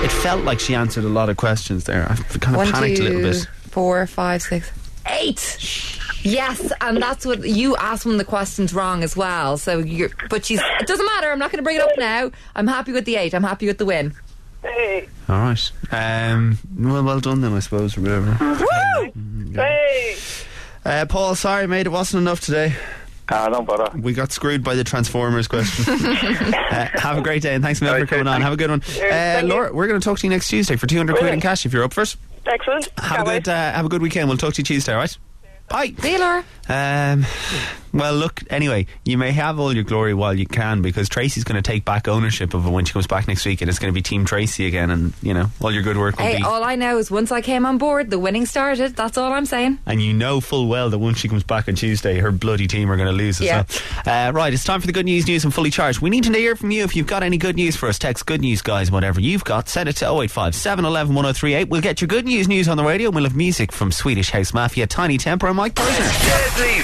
It felt like she answered a lot of questions there. I kind of One, panicked two, a little bit. four, five, six, eight. Yes, and that's what you asked one of the questions wrong as well. So you're, but she's. It doesn't matter. I'm not going to bring it up now. I'm happy with the eight. I'm happy with the win. Hey. All right. Um, well, well done then, I suppose. or Whatever. Hey. Uh, Paul, sorry, mate, it wasn't enough today. Ah, don't bother. We got screwed by the Transformers [laughs] question. uh, have a great day, and thanks, Mel, for Okay, coming on. Have a good one, uh, thank you. Laura. We're going to talk to you next Tuesday for two hundred quid in Brilliant. cash if you're up for it. Excellent. Have Can't a wait. good, uh, have a good weekend. We'll talk to you Tuesday, all right? Bye. See you, Laura. Um, well, look, anyway, you may have all your glory while you can because Tracy's going to take back ownership of it when she comes back next week and it's going to be Team Tracy again and, you know, all your good work will Hey, be. all I know is once I came on board, the winning started. That's all I'm saying. and you know full well that once she comes back on Tuesday, her bloody team are going to lose as Yeah. well. Uh, right, it's time for the good news, news, and fully charged. We need to hear from you if you've got any good news for us. Text good news, guys, whatever you've got. Send it to 085 711 1038. We'll get your good news news on the radio and we'll have music from Swedish House Mafia, Tiny Temper, and Mike Posner. Deadly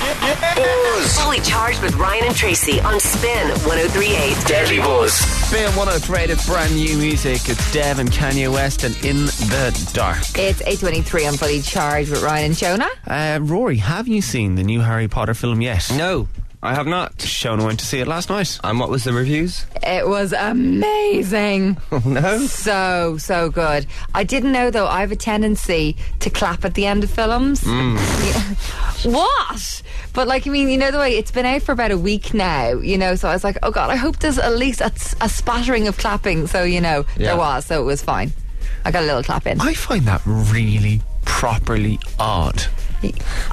Buzz. Fully charged with Ryan and Tracy on Spin 1038. Deadly Buzz. Spin 103, it's brand new music. It's Dev and Kanye West and In the Dark. It's 823 on Fully Charged with Ryan and Shona. Uh, Rory, have you seen the new Harry Potter film yet? No, I have not. Shona went to see it last night. And what was the reviews? It was [laughs] amazing. Oh, no. So, so good. I didn't know though, I have a tendency to clap at the end of films. Yeah. what? But, like, I mean, you know, the way it's been out for about a week now, you know, so I was like, oh God, I hope there's at least a, a spattering of clapping. So, you know, Yeah. there was, so it was fine. I got a little clap in. I find that really properly odd.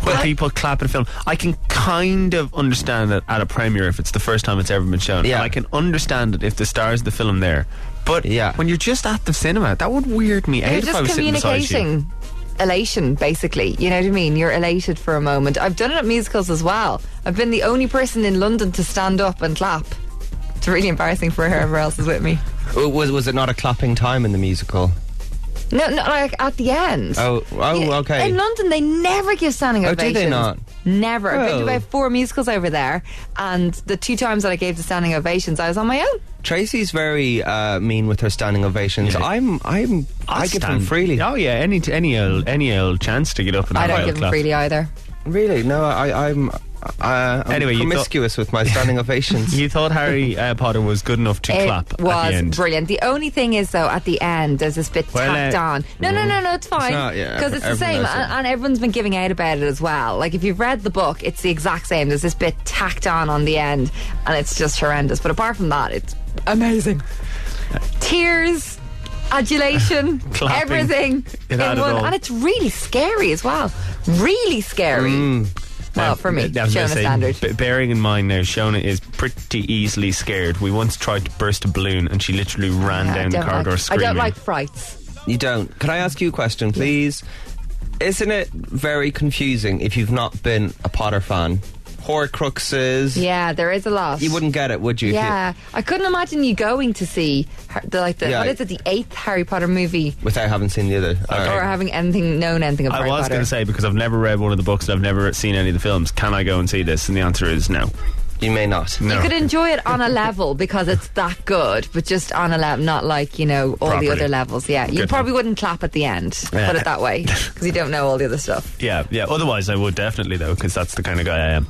When people clap at a film, I can kind of understand it at a premiere if it's the first time it's ever been shown. Yeah. And I can understand it if the stars of the film there. But Yeah. when you're just at the cinema, that would weird me out You're if I just was sitting beside you. communicating elation, basically. You know what I mean? You're elated for a moment. I've done it at musicals as well. I've been the only person in London to stand up and clap. It's really embarrassing for whoever else is with me. Was, was it not a clapping time in the musical? No, no, like at the end. Oh, oh, Yeah, okay. In London, they never give standing Oh, do they ovations. not? Never. I've been Oh. to about four musicals over there, and the two times that I gave the standing ovations, I was on my own. Tracy's very uh, mean with her standing ovations. I'm, I'm, i give them stand- freely. Oh yeah, any any old any old chance to get up and I have don't a give them clap. freely either. Really? No, I, I'm, uh, I'm Anyway, you thought- promiscuous with my [laughs] standing ovations. You thought Harry uh, Potter was good enough to clap It was at the end. brilliant. The only thing is, though, at the end, there's this bit Well, tacked uh, on. No, no, no, no, it's fine. not, yeah, Because it's the everyone same, knows it. and, and everyone's been giving out about it as well. Like, if you've read the book, it's the exact same. There's this bit tacked on on the end, and it's just horrendous. But apart from that, it's amazing. Tears. Adulation, [laughs] Clapping. everything It in had it one, all. and it's really scary as well. Really scary. Well, Uh, for me, I was gonna Jonah say, Standard. b- bearing in mind now, Shona is pretty easily scared. We once tried to burst a balloon, and she literally ran Yeah, I down the don't corridor like- I screaming. don't like frights. You don't. Can I ask you a question, please? Isn't it very confusing if you've not been a Potter fan? Horcruxes. Yeah, there is a lot. You wouldn't get it, would you? if you- Yeah, I couldn't imagine you going to see Har- the, like the Yeah, what I- is it the eighth Harry Potter movie without having seen the other. All or right. having anything known anything about I Harry was Potter. going to say because I've never read one of the books and I've never seen any of the films. Can I go and see this? And the answer is no. You may not. No. you could enjoy it [laughs] on a level because it's that good, but just on a level, not like you know all Properly. the other levels. Yeah, you Good probably one. wouldn't clap at the end. Yeah. Put it that [laughs] way, because you don't know all the other stuff. Yeah, yeah. Otherwise, I would definitely though, because that's the kind of guy I am.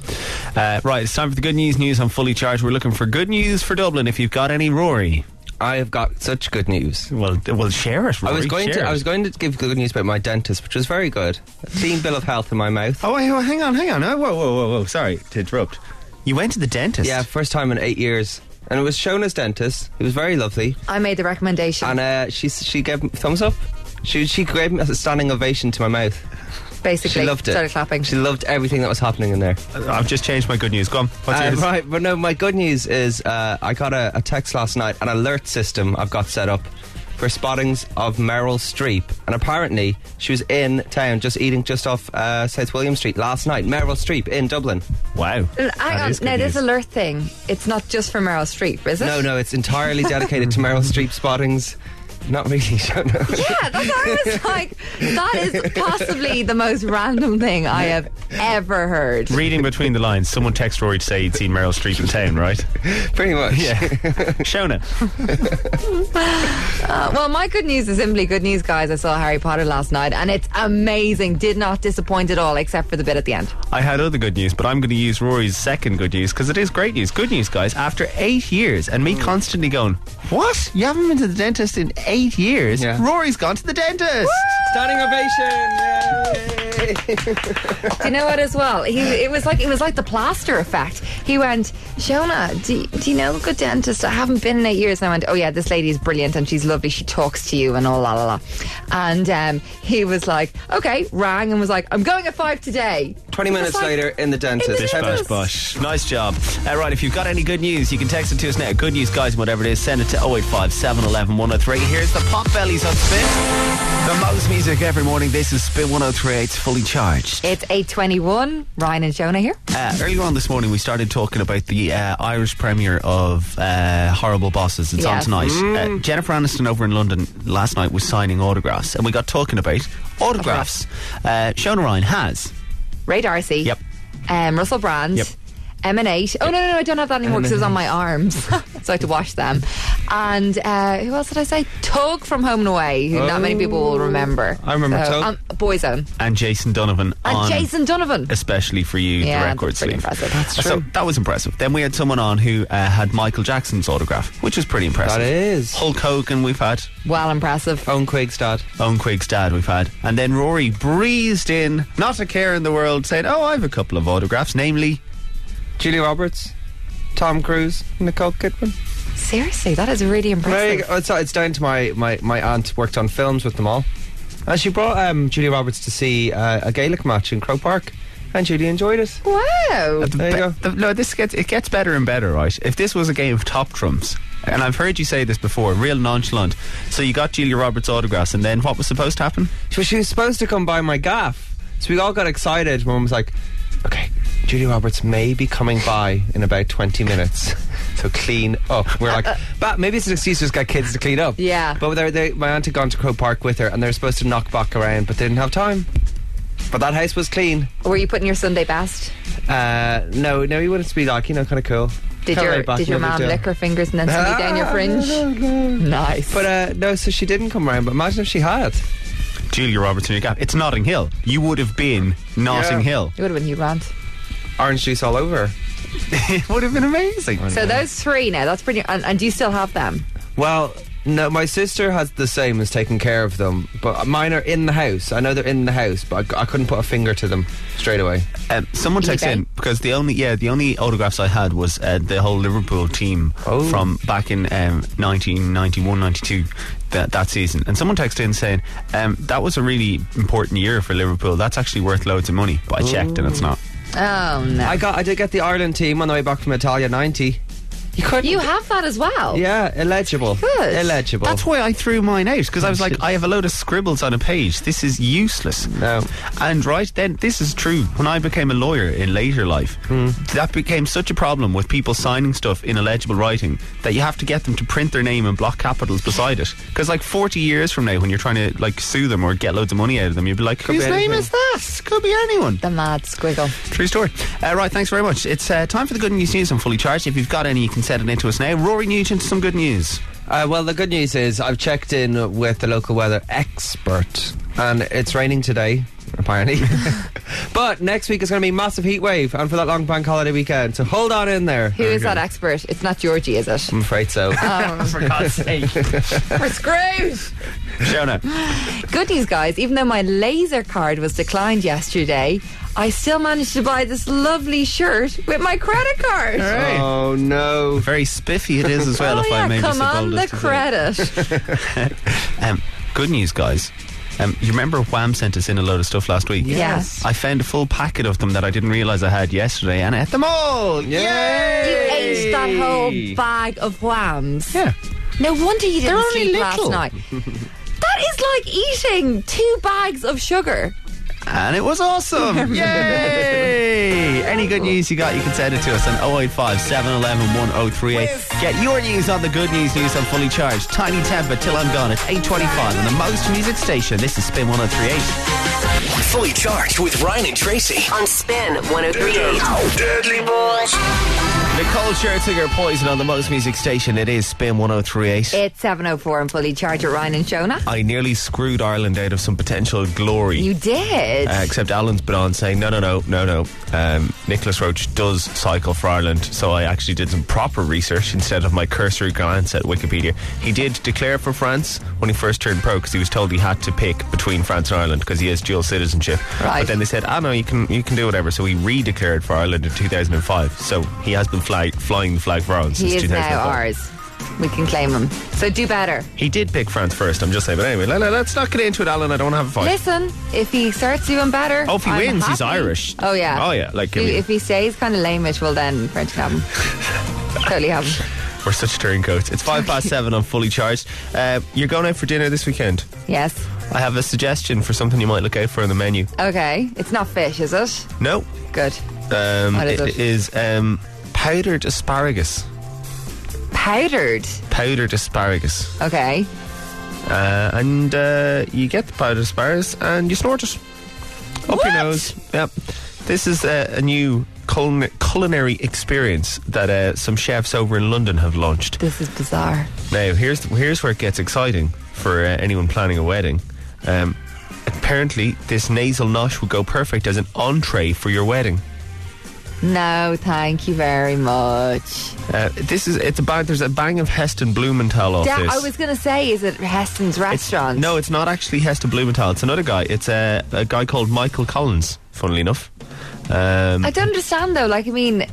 Uh, right, it's time for the good news. News on fully charged. We're looking for good news for Dublin. If you've got any, Rory, I have got such good news. well, d- well, share it. I Rory, was going share to. I it. was going to give good news about my dentist, which was very good. A clean bill of health in my mouth. Oh, wait, wait, hang on, hang on. Oh, whoa, whoa, whoa, whoa. Sorry to interrupt. You went to the dentist. Yeah, first time in eight years, and it was Shona's dentist. He was very lovely, I made the recommendation and uh, she she gave him thumbs up. She she gave me a standing ovation to my mouth. basically. She loved it. Started clapping. She loved everything that was happening in there. I've just changed my good [laughs] news. Go on. What's Uh, yours? right, but no, my good news is uh, I got a, a text last night, an alert system I've got set up for spottings of Meryl Streep. And apparently, she was in town just eating just off uh, South William Street last night. Meryl Streep in Dublin. Wow. Hang That on, is good now this news. alert thing. It's not just for Meryl Streep, is it? No, no, it's entirely dedicated to Meryl Streep spottings. Not really, [laughs] don't know. Yeah, that's I was like, that is [laughs] possibly the most random thing I have ever heard. Reading between the lines, someone texted Rory to say he'd seen Meryl Streep in town, right? [laughs] Pretty much. [laughs] Yeah. Shona. Uh, well, my good news is simply good news, guys. I saw Harry Potter last night and it's amazing. Did not disappoint at all, except for the bit at the end. I had other good news, but I'm going to use Rory's second good news because it is great news. Good news, guys. After eight years and me constantly going, What? You haven't been to the dentist in eight years? Yeah. Rory's gone to the dentist. Standing ovation! Yay! Do you know what? As well, he it was like it was like the plaster effect. He went, Shona, do, do you know a good dentist? I haven't been in eight years, and I went, Oh yeah, this lady is brilliant and she's lovely. She talks to you and all la la la. And um, he was like, Okay, rang and was like, I'm going at five today. 20 It was minutes like- later, in the dentist. In the Bish, Ten bash, dentist. minutes. bosh. Nice job. Uh, right, if you've got any good news, you can text it to us now. Good news, guys, whatever it is, send it to 085 711 103. Here's the Pop Bellies on Spin. The most music every morning. This is Spin 1038's Fully Charged. It's 8.21. Ryan and Shona here. Uh, earlier on this morning, we started talking about the uh, Irish premiere of uh, Horrible Bosses. It's on Yes. Mm. tonight. Uh, Jennifer Aniston over in London last night was signing autographs, and we got talking about autographs. Uh, Shona Ryan has. Ray Darcy. Yep. Um, Russell Brand. Yep. M&H. Oh, no, no, no, I don't have that anymore because it was on my arms. [laughs] so I had to wash them. And uh, who else did I say? Tug from Home and Away, who not many people will remember. I remember Tug. Um, Boyzone. And Jason Donovan And on Jason Donovan. especially for Yeah, you, the that's record pretty sleeve. impressive. That's So that was impressive. Then we had someone on who uh, had Michael Jackson's autograph, which was pretty impressive. That is. Hulk Hogan, we've had Well, impressive. Own Quig's dad. Owen Quig's dad, we've had, and then Rory breezed in, not a care in the world, saying, "Oh, I've a couple of autographs, namely." Julia Roberts. Tom Cruise. Nicole Kidman. Seriously, that is really Very impressive. good. It's, oh, it's down to my, my, my aunt worked on films with them all. And she brought um, Julia Roberts to see uh, a Gaelic match in Crow Park. And Julia enjoyed it. Wow. There you Be- go. the- no, this gets it gets better and better, right? If this was a game of top trumps, and I've heard you say this before, real nonchalant. So you got Julia Roberts' autographs, and then what was supposed to happen? She, she was supposed to come by my gaff. So we all got excited. Mum was like, okay, Julie Roberts may be coming by in about 20 minutes. [laughs] So clean up. We're [laughs] like, but maybe it's an excuse to just get kids to clean up. Yeah. But they're, they, my aunt had gone to Crow Park with her and they were supposed to knock back around, but they didn't have time. But that house was clean. Were you putting your Sunday best? Uh, no, no, he wanted to be like, you know, kind of cool. Did Kinda your laid back, did your no big mom deal. lick her fingers and then send down Ah, your fringe? Nice. But uh, no, so she didn't come round. But imagine if she had. Julia Roberts in your gap. It's Notting Hill. You would have been Notting Yeah. Hill. it would have been Hugh [laughs] Grant. Orange juice all over. it would have been amazing. So those three now. That's pretty. And, and do you still have them? Well, no, my sister has the same as taking care of them, but mine are in the house. I know they're in the house, but I, I couldn't put a finger to them straight away. Um, someone texts eBay. in because the only yeah the only autographs I had was uh, the whole Liverpool team Oh. from back in um, 1991 92 that that season and someone texted in saying um, that was a really important year for Liverpool that's actually worth loads of money but I checked and it's not Oh no. I got, I did get the Ireland team on the way back from Italia '90. You couldn't. you have that as well. yeah, illegible. Good. Illegible. Oh. that's why I threw mine out because I was like I have a load of scribbles on a page this is useless No. and right then this is true when I became a lawyer in later life that became such a problem with people signing stuff in illegible writing that you have to get them to print their name in block capitals beside it because like 40 years from now when you're trying to like sue them or get loads of money out of them you'd be like be whose name anything. is that could be anyone The mad squiggle. True story. Uh, right, thanks very much. It's uh, time for the good news news on Fully Charged. If you've got any, you can send it in to us now. Rory Nugent, some good news. Uh, well, the good news is I've checked in with the local weather expert, and it's raining today, apparently. [laughs] but next week is going to be massive heat wave, and for that long bank holiday weekend. So hold on in there. Who is that expert? It's not Georgie, is it? Oh. I'm afraid so. [laughs] For God's sake. [laughs] We're screwed. Shona. Good news, guys. Even though my laser card was declined yesterday, I still managed to buy this lovely shirt with my credit card. oh no. Very spiffy it is as well, oh if yeah, I may be come so on bold the as to say. credit. [laughs] Um, good news, guys. Um, you remember Wham sent us in a load of stuff last week? Yes. I found a full packet of them that I didn't realise I had yesterday and I ate them all. you Yay! ate that whole bag of whams. Yeah. No wonder you didn't They're only sleep little. last night. that is like eating two bags of sugar. And it [laughs] was awesome. Yay! Any good news you got, you can send it to us on 085 711 1038. Get your news on the good news news on Fully Charged. Tiny Temper Till I'm Gone. It's 825 on the most music station. This is Spin 1038. Fully charged with Ryan and Tracy. On Spin 1038. Deadly boys. Nicole Scherzinger, Poison on the most music station. It is Spin 1038. It's 704 and fully charged at Ryan and Shona. I nearly screwed Ireland out of some potential glory. You did. Uh, except Alan's been on saying, no, no, no, no, no. Um, Nicholas Roach does cycle for Ireland, so I actually did some proper research instead of my cursory glance at Wikipedia. He did declare for France when he first turned pro because he was told he had to pick between France and Ireland because he has dual citizenship. Right. But then they said, ah, no, you can you can do whatever. So he re-declared for Ireland in 2005. So he has been flag, flying the flag for Ireland he since is now 2005. ours. We can claim him. So do better. He did pick France first, I'm just saying. But anyway, let, us not get into it, Alan. I don't want to have a fight. Listen, if he starts doing better. Oh, if he I'm wins, he's happy. Irish. Oh, yeah. Oh, yeah, like, if, I he, mean- if he stays kind of lameish, well, then French can [laughs] have him. totally have him. We're such turncoats. It's five past seven on Fully Charged. Uh, you're going out for dinner this weekend. Yes. I have a suggestion for something you might look out for on the menu. Okay. It's not fish, is it? No, Good. um, What is it it? is um, powdered asparagus. Powdered. Powdered asparagus, Okay. uh, and uh, you get the powdered asparagus and you snort it up your nose. Yep. This is uh, a new culin- culinary experience that uh, some chefs over in London have launched. This is bizarre. Now, here's here's where it gets exciting for uh, anyone planning a wedding. Um, apparently, this nasal nosh would go perfect as an entree for your wedding. No, thank you very much. Uh, this is it's a bang, there's a bang of Heston Blumenthal off Da- this. I was going to say, is it Heston's It's- restaurant? No, it's not actually Heston Blumenthal. It's another guy. It's a, a guy called Michael Collins. Funnily enough, um, I don't understand though. Like, I mean,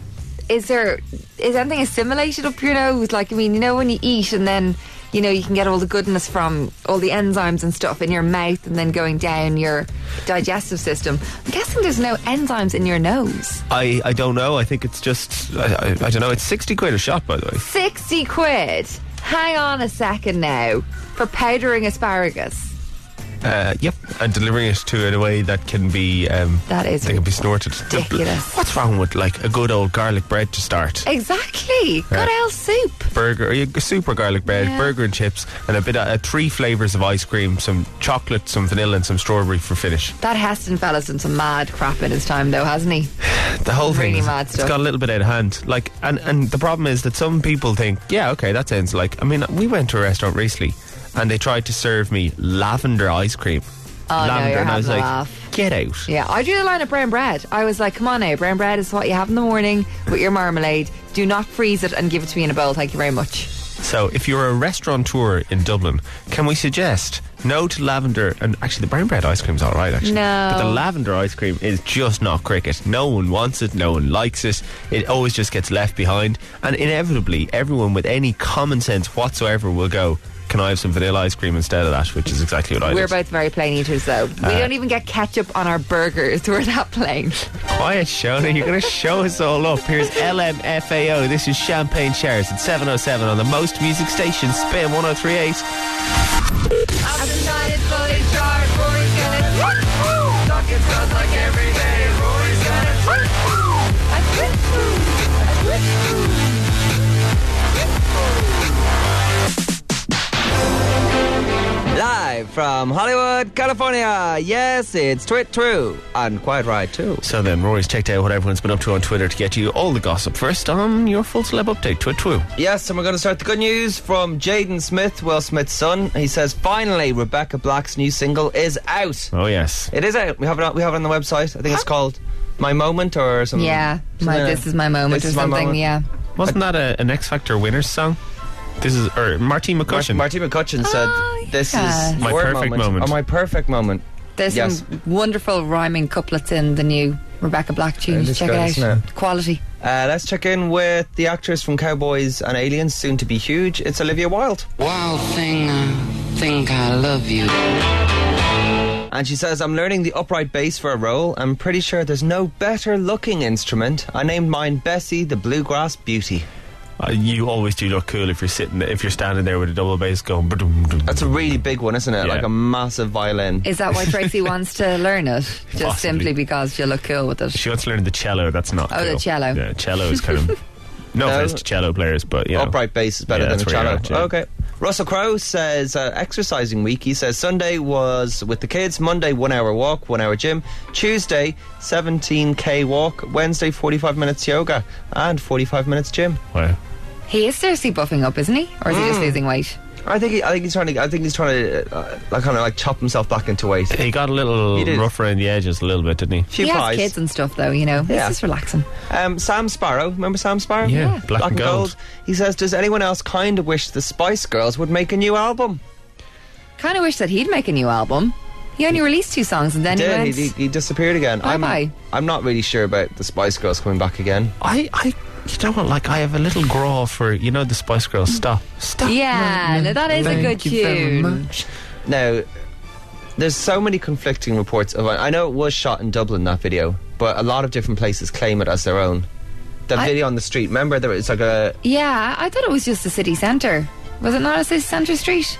is there is anything assimilated up your nose? Like, I mean, you know, when you eat and then you know you can get all the goodness from all the enzymes and stuff in your mouth, and then going down your digestive system. I'm guessing there's no enzymes in your nose. I, I don't know. I think it's just I, I, I don't know. It's sixty quid a shot, by the way. Sixty quid. Hang on a second now for powdering asparagus. Uh, yep, and delivering it to in a way that can be um, That is that can be snorted. ridiculous. What's wrong with like a good old garlic bread to start? Exactly. Good Yeah. ale soup. burger, yeah, super garlic bread, Yeah. burger and chips, and a bit of uh, three flavors of ice cream, some chocolate, some vanilla, and some strawberry for finish. That Heston fella's done some mad crap in his time, though, hasn't he? [sighs] The whole thing, Really is- mad it's stuff. got a little bit out of hand. Like, and and the problem is that some people think, yeah, okay, that sounds like. I mean, we went to a restaurant recently, and they tried to serve me lavender ice cream. Oh, no, lavender, you're and I was having like, a laugh. get out. Yeah, I drew the line at brown bread. I was like, come on eh, now, brown bread is what you have in the morning with your marmalade. Do not freeze it and give it to me in a bowl. Thank you very much. So, if you're a restaurateur in Dublin, can we suggest no to lavender? And actually, the brown bread ice cream's all right, actually. No. But the lavender ice cream is just not cricket. No one wants it, no one likes it. It always just gets left behind. And inevitably, everyone with any common sense whatsoever will go, Can I have some vanilla ice cream instead of that? Which is exactly what I Uh, We're did. both very plain eaters, though. We don't even get ketchup on our burgers. [laughs] We're that plain. Quiet, Shona. You're going to show us all up. Here's LMFAO. This is Champagne Shares at 707 on the most music station, Spin 1038. Live from Hollywood, California. Yes, it's Twit True. And quite right, too. So then, Rory's checked out what everyone's been up to on Twitter to get you all the gossip first on your full celeb update. Twit twoo. Yes, and we're going to start the good news from Jaden Smith, Will Smith's son. He says, finally, Rebecca Black's new single is out. Oh yes, It is out. We have it on, we have it on the website. I think it's called My Moment or something. Yeah, my, Something like this that. is my moment This or is my something. moment. Yeah. wasn't that a, an X Factor winner's song? This is or Martine Mar- McCutcheon. Marty McCutcheon Oh, said, This yeah. is My your perfect moment. Or my perfect moment. There's Yes. some wonderful rhyming couplets in the new Rebecca Black tune. It You is should Check good, it out. isn't Quality. Uh, let's check in with the actress from Cowboys and Aliens, soon to be huge. It's Olivia Wilde. Wild thing, I think I love you. And she says, I'm learning the upright bass for a role. I'm pretty sure there's no better looking instrument. I named mine Bessie the Bluegrass Beauty. Uh, you always do look cool if you're sitting, if you're standing there with a double bass going. ba-dum, dum. That's a really big one, isn't it? Yeah. Like a massive violin. Is [laughs] that why Tracy wants to learn it? Just Possibly. simply because you look cool with it. she wants to learn the cello. That's not. Oh, the cool. cello. Yeah, cello is kind [laughs] of. No, offense to cello players, but you know. Upright bass is better Yeah, than a that's where cello. you're at, yeah. Okay. Russell Crowe says uh, exercising week. He says Sunday was with the kids. Monday one hour walk, one hour gym. Tuesday seventeen k walk. Wednesday forty five minutes yoga and forty five minutes gym. Wow. He is seriously buffing up, isn't he? Or is he Mm. just losing weight? I think he, I think he's trying to I think he's trying to uh, like kind of like chop himself back into weight. He got a little He did. rough around the edges, a little bit, didn't he? Few he pies. has kids and stuff, though. You know, Yeah. it's just relaxing. Um, Sam Sparrow, remember Sam Sparrow? Yeah, Yeah. Black and Gold. He says, "Does anyone else kind of wish the Spice Girls would make a new album?" Kind of wish that he'd make a new album. He only released two songs and then he Did went. he, he, he disappeared again? I'm, Bye-bye. I'm not really sure about the Spice Girls coming back again. I, I, you know what? Like, I have a little growl for you know the Spice Girls. Stop, stop. yeah, no, Mm. that is a good tune. Now, there's so many conflicting reports of. I know it was shot in Dublin that video, but a lot of different places claim it as their own. The I- video on the street. Remember, there was like a. Yeah, I thought it was just the city centre. Was it not a city centre street?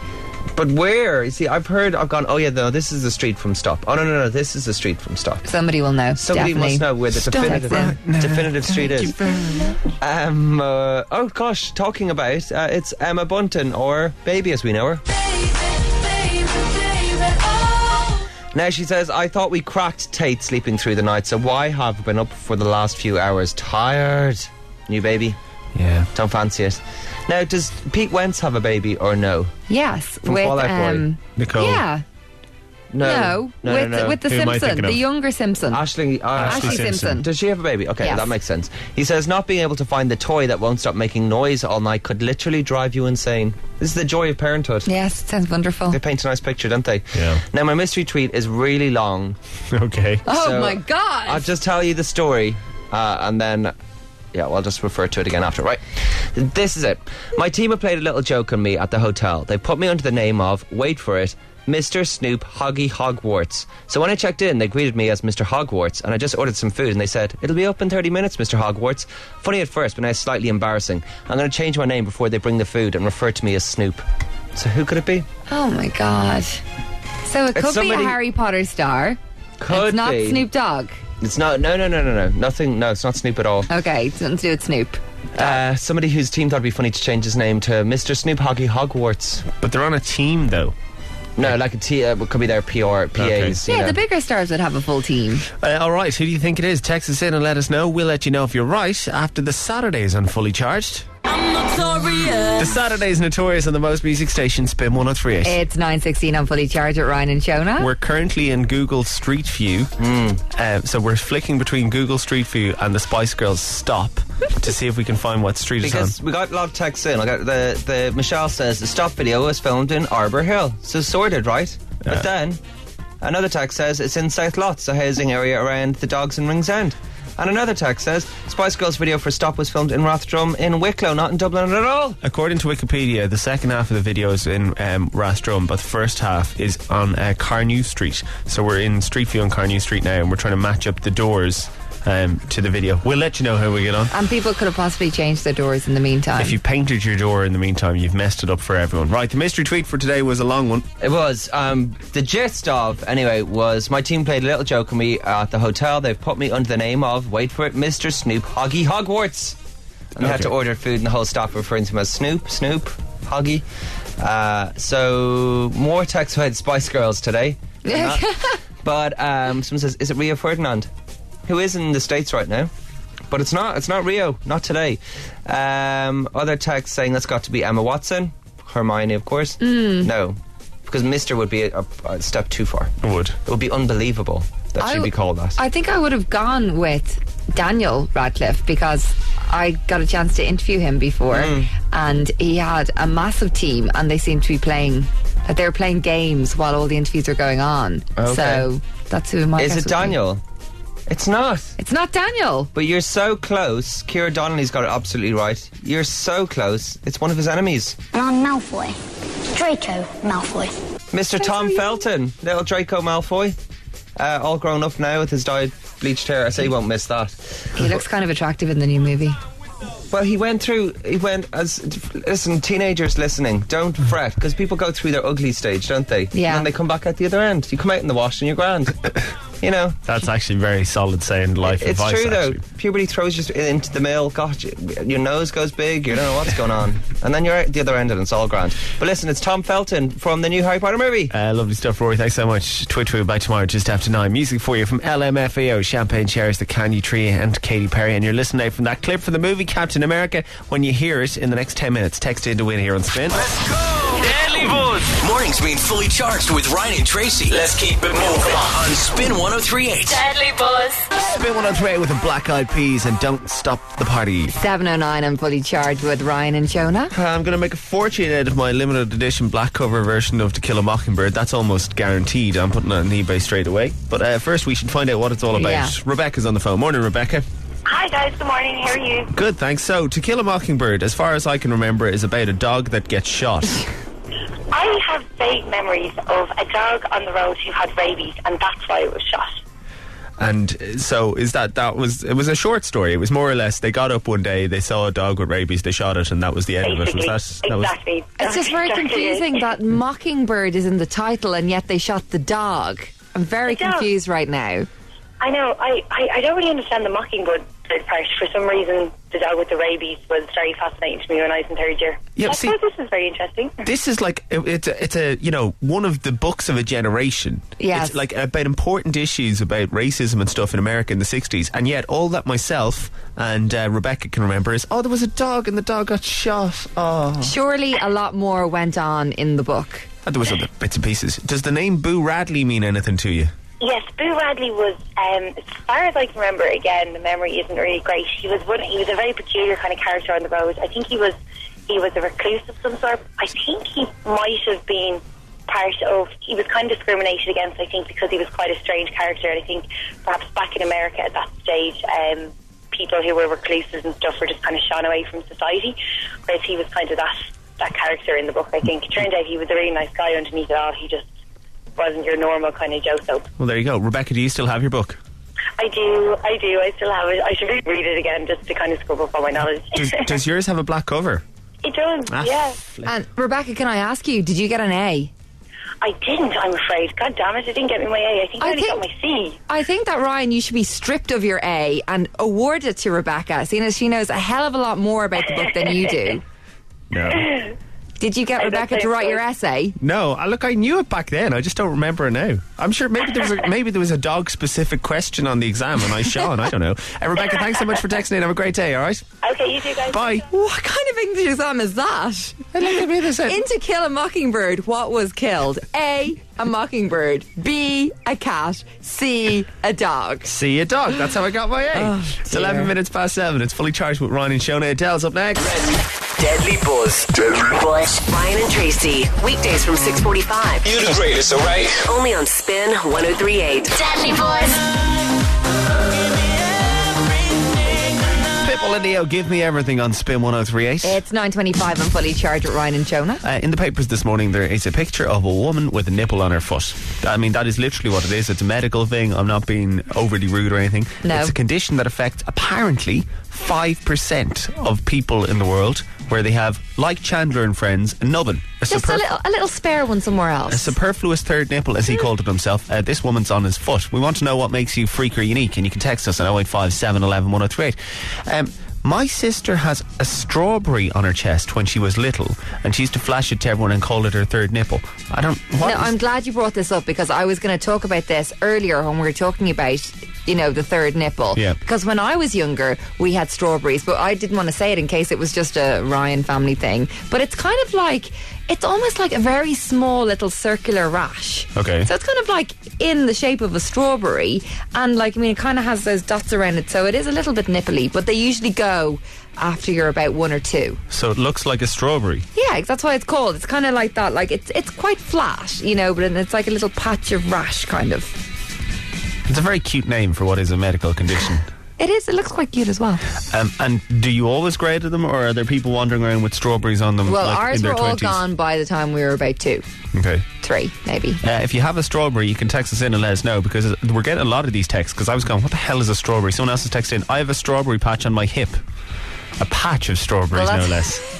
But where? You see, I've heard. I've gone. Oh yeah, no, this is the street from Stop. Oh no, no, no, this is the street from Stop. Somebody will know. Somebody definitely. must know where the definitive, right definitive street is. Um, uh, oh gosh, talking about uh, it's Emma Bunton or Baby as we know her. Now she says, I thought we cracked Tate sleeping through the night, so why have I been up for the last few hours? Tired. New baby. Yeah. Don't fancy it. Now, does Pete Wentz have a baby or no? Yes, From with Fall Out Boy. um, Nicole. yeah, no, No, with no, no. with the Who am I Simpson, thinking of? the younger Simpson, Ashley, uh, Ashley Simpson. Simpson. Does she have a baby? Okay, Yes. that makes sense. He says not being able to find the toy that won't stop making noise all night could literally drive you insane. This is the joy of parenthood. Yes, it sounds wonderful. They paint a nice picture, don't they? Yeah. Now my mystery tweet is really long. Okay. Oh So- my god! I'll just tell you the story, uh, and then. Yeah, well, I'll just refer to it again after, right? This is it. My team have played a little joke on me at the hotel. They put me under the name of, wait for it, Mr. Snoop Hoggy Hogwarts. So when I checked in, they greeted me as Mr. Hogwarts, and I just ordered some food, and they said, it'll be up in 30 minutes, Mr. Hogwarts. Funny at first, but now it's slightly embarrassing. I'm going to change my name before they bring the food and refer to me as Snoop. So who could it be? oh my god! So it It's could be somebody- a Harry Potter star. Could it's not be. Snoop Dogg. It's not. No, no, no, no, no. Nothing. No, it's not Snoop at all. Okay, it's nothing to do with Snoop. Uh, somebody whose team thought it'd be funny to change his name to Mr. Snoop Hoggy Hogwarts. But they're on a team, though. No, like a T. Uh, could be their PR, PAs. you yeah, know. the bigger stars would have a full team. Uh, all right, who do you think it is? Text us in and let us know. We'll let you know if you're right after the Saturdays on Fully Charged. The Saturdays Notorious on the most music station, Spin 1038. It's 9.16 on Fully Charged at Ryan and Shona. We're currently in Google Street View. Uh, so we're flicking between Google Street View and the Spice Girls stop to see if we can find what street because it's on. we got a lot of texts in. I got the the Michelle says the stop video was filmed in Arbor Hill, so sorted, right? Yeah. But then another text says it's in South Lots, a housing area around the Dogs and Rings End. And another text says Spice Girls video for Stop was filmed in Rathdrum in Wicklow, not in Dublin at all. According to Wikipedia, the second half of the video is in um, Rastrum, but the first half is on uh, Carnew Street. So we're in Street View on Carnew Street now, and we're trying to match up the doors um, to the video. We'll let you know how we get on. and people could have possibly changed their doors in the meantime. If you've painted your door in the meantime, you've messed it up for everyone. Right, the mystery tweet for today was a long one. It was. Um, the gist of, anyway, was my team played a little joke on me at the hotel. They've put me under the name of, wait for it, Mr. Snoop Hoggy Hogwarts. And they had to Okay. order food, and the whole staff were referring to him as Snoop, Snoop, Hoggy. Uh, so, more text about Spice Girls today. than [laughs] that. but um, someone says, is it Rio Ferdinand? Who is in the States right now? But it's not. It's not Rio. Not today. Um, other text saying that's got to be Emma Watson, Hermione, of course. Mm. No, because Mister would be a, a, a step too far. I would. It would be unbelievable that I she'd be w- called that. I think I would have gone with Daniel Radcliffe because I got a chance to interview him before Mm. and he had a massive team and they seemed to be playing that they were playing games while all the interviews were going on. Okay. So that's who my Is guess it would be. Daniel? It's not. It's not Daniel. But you're so close. Kira Donnelly's got it absolutely right. You're so close. It's one of his enemies, Ron Malfoy. Draco Malfoy. Mr. Tom Felton, little Draco Malfoy, uh, all grown up now with his dyed bleached hair. I say you won't miss that. He looks kind of attractive in the new movie. Well, he went through. He went as listen, teenagers listening. Don't Mm. fret because people go through their ugly stage, don't they? Yeah. And then they come back out the other end. You come out in the wash and you're [laughs] grand. you know, That's actually very solid saying life it's advice. true actually. though. Puberty throws you into the mill. God, you, your nose goes big. You don't know what's going [laughs] on, and then you're out the other end and it's all grand. But listen, it's Tom Felton from the new Harry Potter movie. Uh, lovely stuff, Rory. Thanks so much. Twitch will be back tomorrow just after nine. Music for you from LMFAO, Champagne Chairs, The Candy Tree, and Katy Perry. And you're listening now from that clip from the movie Captain America. When you hear it in the next 10 minutes, text in to win here on Spin. Deadly Boys. Mornings being fully charged with Ryan and Tracy. Let's keep it moving on Spin 1038. Deadly Buzz. Spin 103 with the Black Eyed Peas and Don't Stop the Party. 709 and oh fully charged with Ryan and Jonah. I'm going to make a fortune out of my limited edition black cover version of To Kill a Mockingbird. That's almost guaranteed. I'm putting it on eBay straight away. But uh, first, we should find out what it's all about. Yeah. Rebecca's on the phone. Morning, Rebecca. Hi guys, good morning. How are you? Good, thanks. So, To Kill a Mockingbird, as far as I can remember, is about a dog that gets shot. I have vague memories of a dog on the road who had rabies, and that's why it was shot. and uh, so, is that that was it was a short story. It was more or less they got up one day, they saw a dog with rabies, they shot it, and that was the end Basically, of it. Was that, that was exactly. It's just very That's exactly it. confusing that Mockingbird is in the title and yet they shot the dog. I'm very The dog. confused right now. I know. I, I, I don't really understand the mockingbird part. For some reason, the dog with the rabies was very fascinating to me when I was in third year. Yeah, I see- thought this is very interesting. this is like it- it's a, it's a you know one of the books of a generation. Yes. it's like about important issues about racism and stuff in America in the '60s, and yet all that myself and uh, Rebecca can remember is oh there was a dog and the dog got shot. Oh, Surely a lot more went on in the book. and there was other bits and pieces. Does the name Boo Radley mean anything to you? Yes, Boo Radley was, um, as far as I can remember, again, the memory isn't really great. He was one. He was a very peculiar kind of character on the road. I think he was, he was a recluse of some sort. I think he might have been part of. He was kind of discriminated against, I think, because he was quite a strange character. And I think perhaps back in America at that stage, um, people who were recluses and stuff were just kind of shun away from society, whereas he was kind of that that character in the book. I think it turned out he was a really nice guy underneath it all. He just wasn't your normal kind of Joe soap. Well, there you go, Rebecca. Do you still have your [laughs] book? I do, I do. I still have it. I should read it again just to kind of scrub up all my knowledge. [laughs] Does, does yours have a black cover? it does, Ah, yeah. flip. And Rebecca, can I ask you, did you get an A? I didn't, I'm afraid. God damn it, I didn't get me my A. I think I, I only got think- my C. I think that Ryan, you should be stripped of your A and awarded to Rebecca, seeing as she knows a hell of a lot more about the book than you [laughs] do. No. Did you get I don't Rebecca think to write your so. essay? No, I, look, I knew it back then. I just don't remember it now. I'm sure maybe there was a, maybe there was a dog specific question on the exam, and I shone. I don't know. Uh, Rebecca, thanks so much for texting. in. Have a great day. All right. Okay, you two guys. Bye. What kind of English exam is that? In To Kill a Mockingbird, what was killed? A, a mockingbird. B, a cat. C, a dog. See you, dog. That's how I got my A. it's 11 minutes past 7. It's fully charged with Ryan and Shona. Adele's up next. Deadly Buzz. Deadly Buzz. Ryan and Tracy. Weekdays from 645. You the greatest, all right? Only on Spin 1038. Deadly Buzz. Pitbull and Neo, give me everything on Spin 1038. It's 9.25 and fully charged with Ryan and Jonah. Uh, in the papers this morning, there is a picture of a woman with a nipple on her foot. I mean, that is literally what it is. It's a medical thing. I'm not being overly rude or anything. No. It's a condition that affects apparently 5% of people in the world where they have, like Chandler and friends, a nubbin. A Just a superf- little, a little spare one somewhere a else. superfluous third nipple, as he called it himself. Uh, this woman's on his foot. We want to know what makes you freak or unique, and you can text us on 085 711 1038. Um, my sister has a strawberry on her chest when she was little, and she used to flash it to everyone and call it her third nipple. I don't. What no, is- I'm glad you brought this up because I was going to talk about this earlier when we were talking about, you know, the third nipple. Yeah. Because when I was younger, we had strawberries, but I didn't want to say it in case it was just a Ryan family thing. But it's kind of like, it's almost like a very small little circular rash. [gasps] Okay. So it's kind of like in the shape of a strawberry, and like, I mean, it kind of has those dots around it, so it is a little bit nipply, but they usually go after you're about one or two. so it looks like a strawberry. Yeah, that's why it's called. It's kind of like that. Like it's it's quite flat, you know, but then it's like a little patch of rash, kind of. It's a very cute name for what is a medical condition. It is. It looks quite cute as well. Um, and do you always grade them, or are there people wandering around with strawberries on them? Well, like, ours in were their all 20s? gone by the time we were about two, Okay. three, maybe. Uh, if you have a strawberry, you can text us in and let us know because we're getting a lot of these texts. Because I was going, what the hell is a strawberry? Someone else has texted in, I have a strawberry patch on my hip. A patch of strawberries, Well, no that's- less.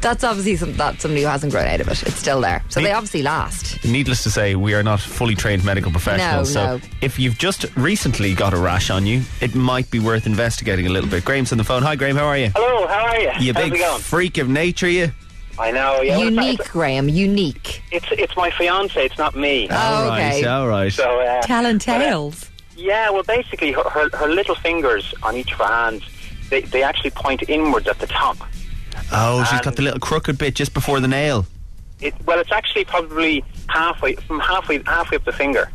That's obviously some, that somebody who hasn't grown out of it. It's still there, so they obviously last. Needless to say, we are not fully trained medical professionals. No, so no. if you've just recently got a rash on you, it might be worth investigating a little bit. Graham's on the phone. Hi, Graham, how are you? [laughs] Hello, how are you? You How's big it going? freak of nature, you. I know. Yeah, well, it's not- unique, Graham. Unique. It's it's my fiance. It's not me. Oh, All right, okay. all right. So uh, Tell and tales. yeah, well, basically, her, her her little fingers on each of her hands, they they actually point inwards at the top. Oh, she's got the little crooked bit just before the nail. It well, it's actually probably halfway from halfway halfway up the finger.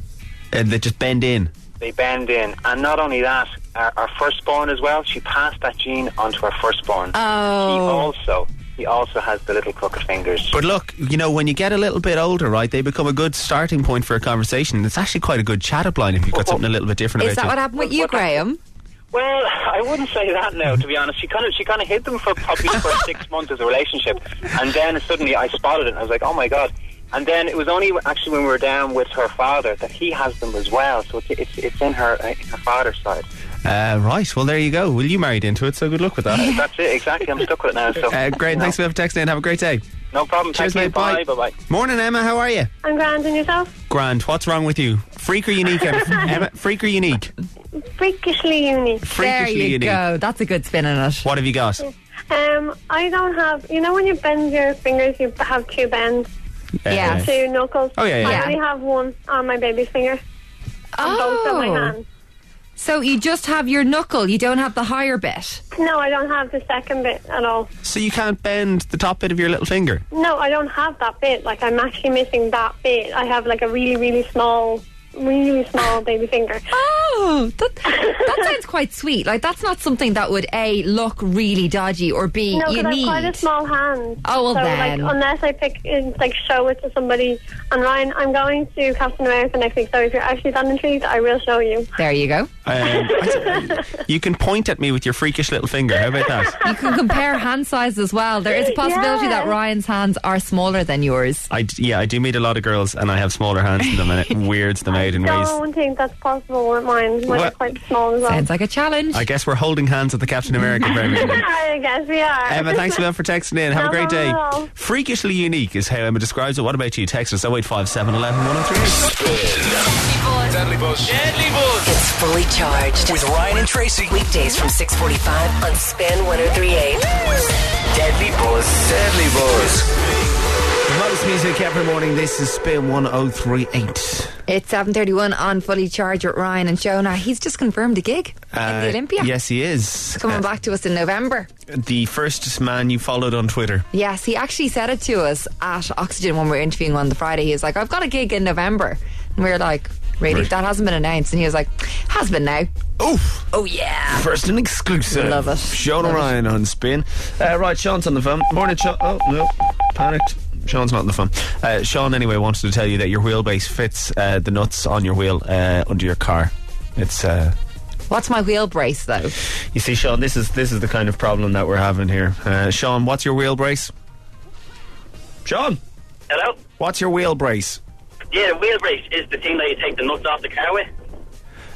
And they uh, just bend in. They bend in, and not only that, our, our firstborn as well. She passed that gene onto her firstborn. He Oh. also he also has the little crooked fingers. But look, you know, when you get a little bit older, right, they become a good starting point for a conversation. It's actually quite a good chat up line if you've Oh, got something a little bit different Is about that you. what happened with you, Graham? Well, I wouldn't say that now, to be honest. She kind of she kind of hid them for probably the [laughs] first six months of the relationship, and then suddenly I spotted it. and I was like, oh my god! And then it was only actually when we were down with her father that he has them as well. So it's it's, it's in her uh, in her father's side. Uh, right, well, there you go. Well, you married into it, so good luck with that. [laughs] That's it exactly. I'm stuck with it now. So Uh, great, you know, thanks for the text in. Have a great day. No problem. Cheers, Thank you. mate. Bye. Bye. Bye. Morning, Emma. How are you? I'm grand and yourself? Grand. What's wrong with you? Freak or [laughs] unique, Emma? Emma, freak or unique? Freakishly unique. Freakishly unique. That's a good spin on it. What have you got? Um, I don't have. You know when you bend your fingers, you have two bends. Yeah. Two knuckles. Oh, yeah, yeah, I yeah. only have one on my baby's finger. On both of my Oh. hands. So you just have your knuckle. You don't have the [laughs] higher bit. No, I don't have the second bit at all. So you can't bend the top bit of your little finger? No, I don't have that bit. Like I'm actually missing that bit. I have like a really, really small, really small baby finger. Oh, that, that sounds quite sweet. Like that's not something that would a look really dodgy or b No, you because I've need. quite a small hand. Oh, well so, then. Like, unless I pick, and, like, show it to somebody. And Ryan, I'm going to Captain America next week, so if you're actually that intrigued, I will show you. There you go. [laughs] Um, you can point at me with your freakish little finger. How about that? You can compare hand size as well. There is a possibility that Ryan's hands are smaller than yours. [laughs] I d- yeah, I do meet a lot of girls, and I have smaller hands than them, and it weirds them out. made and raised. don't think that's possible with mine. Mine are What? quite small as well. Sounds like a challenge. I guess we're holding hands at the Captain America [laughs] premiere. then. [laughs] I guess we are. Emma, thanks a lot for texting in. Have a great day. No problem. Freakishly unique is how Emma describes it. What about you? Text us 0857 11 Deadly Buzz. Deadly Buzz. It's fully charged. With Ryan and Tracy. Weekdays from 645 on Spin 1038. Deadly Buzz. Deadly Buzz. The hottest music every morning. This is Spin 1038. It's 7.31 on Fully Charged with Ryan and Shona. He's just confirmed a gig Uh, in the Olympia. Yes, he is. It's coming Uh, back to us in November. The first man you followed on Twitter. Yes, he actually said it to us at Oxygen when we were interviewing him on the Friday. He was like, I've got a gig in November. And we were like, Really? Right. That hasn't been announced. And he was like, Has been now. Oof. Oh, yeah. First and exclusive. Love it. Sean Love it. Ryan on spin. Uh, right, Sean's on the phone. Morning, Sean. Oh, no. Panicked. Sean's not on the phone. Uh, Sean, anyway, wanted to tell you that your wheelbase fits uh, the nuts on your wheel uh, under your car. It's. Uh, What's my wheel brace, though? you see, Sean, this is this is the kind of problem that we're having here. Uh, Sean, what's your wheel brace? Sean, Hello? what's your wheel brace? Yeah, the wheel brace is the thing that you take the nuts off the car with.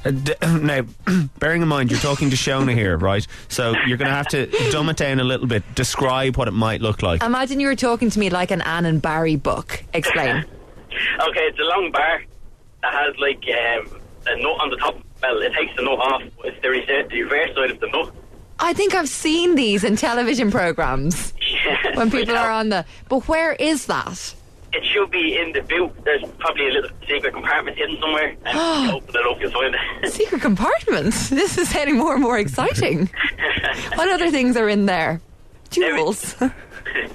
Uh, d- [clears throat] now, bearing in mind you're talking to Shona here, right? So you're going to have to [laughs] dumb it down a little bit. Describe what it might look like. Imagine you were talking to me like an Anne and Barry book. Explain. Okay, it's a long bar that has like um, a nut on the top. Well, it takes the nut off. It's the reverse, the reverse side of the nut. I think I've seen these in television [laughs] programs when people are on the. But where is that? It should be in the boot. There's probably a little secret compartment hidden somewhere. And if you open it up, you'll find it. Secret compartments. [laughs] This is getting more and more [laughs] exciting. what other things are in there? Jewels. [laughs]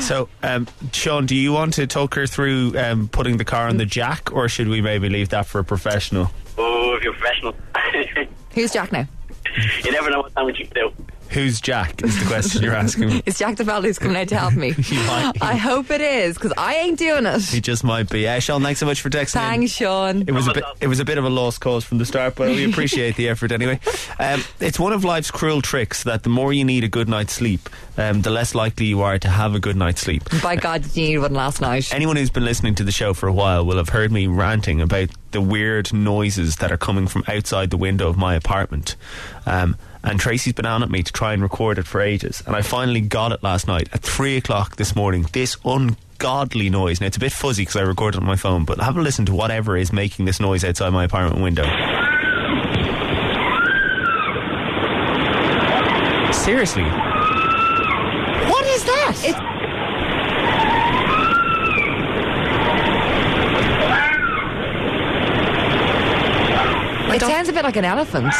So, um, Sean, do you want to talk her through um, putting the car on the jack, or should we maybe leave that for a professional? Oh, if you're professional, [laughs] Who's Jack now? you never know what damage you can do. Who's Jack? Is the question [laughs] you're asking. Is Jack the Valley who's coming out to help [laughs] me? might I hope it is because I ain't doing it. He just might be. Uh, Sean, thanks so much for texting. in. Thanks, Sean. It was a bit. It was a bit of a lost cause from the start, but we appreciate the effort anyway. Um, it's one of life's cruel tricks that the more you need a good night's sleep, um, the less likely you are to have a good night's sleep. By God, did you need one last night? Anyone who's been listening to the show for a while will have heard me ranting about the weird noises that are coming from outside the window of my apartment. Um, and Tracy's been on at me to try and record it for ages. And I finally got it last night at 3 o'clock this morning. This ungodly noise. Now, it's a bit fuzzy because I recorded it on my phone, but have a listen to whatever is making this noise outside my apartment window. Seriously. What is that? It's it sounds a bit like an elephant.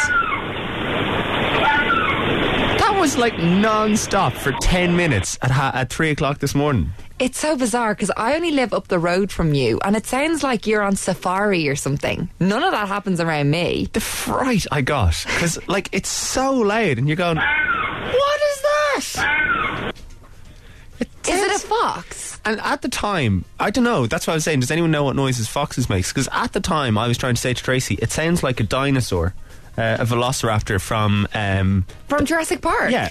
That was like non stop for 10 minutes at, ha- at 3 o'clock this morning. It's so bizarre because I only live up the road from you, and it sounds like you're on safari or something. None of that happens around me. The fright I got because like it's so loud, and you're going. What is that? [gasps] Is it a fox? And at the time, I don't know. That's what I was saying. Does anyone know what noises foxes makes? Because at the time, I was trying to say to Tracy, it sounds like a dinosaur, uh, a velociraptor from. Um, From Jurassic Park. Yeah.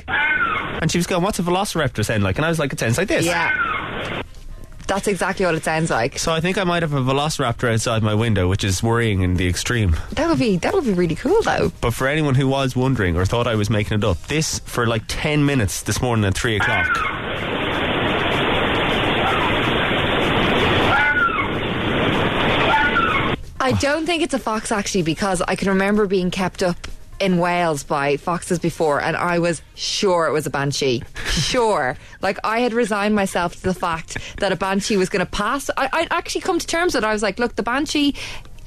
and she was going, "What's a velociraptor sound like?" And I was like, "It sounds like this." Yeah. That's exactly what it sounds like. So I think I might have a velociraptor outside my window, which is worrying in the extreme. That would be that would be really cool though. But for anyone who was wondering or thought I was making it up, this for like ten minutes this morning at three o'clock. I don't think it's a fox actually because I can remember being kept up in Wales by foxes before and I was sure it was a banshee. Sure. like I had resigned myself to the fact that a banshee was going to pass. I, I'd actually come to terms with it. I was like, look, the banshee.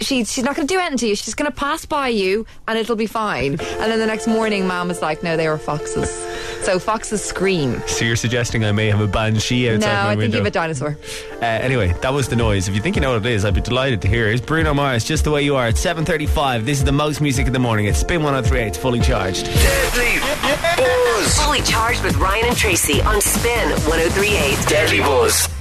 She, she's not going to do anything to you. She's just going to pass by you and it'll be fine. And then the next morning, mom was like, no, they were foxes. So foxes scream. So you're suggesting I may have a banshee outside no, my I think window? you have a dinosaur. uh, anyway, that was the noise. If you think you know what it is, I'd be delighted to hear. It's Bruno Mars, just the way you are. At 7:35, this is the most music in the morning. It's Spin 103. It's fully charged. Deadly Buzz. Fully charged with Ryan and Tracy on Spin 1038. Deadly Buzz.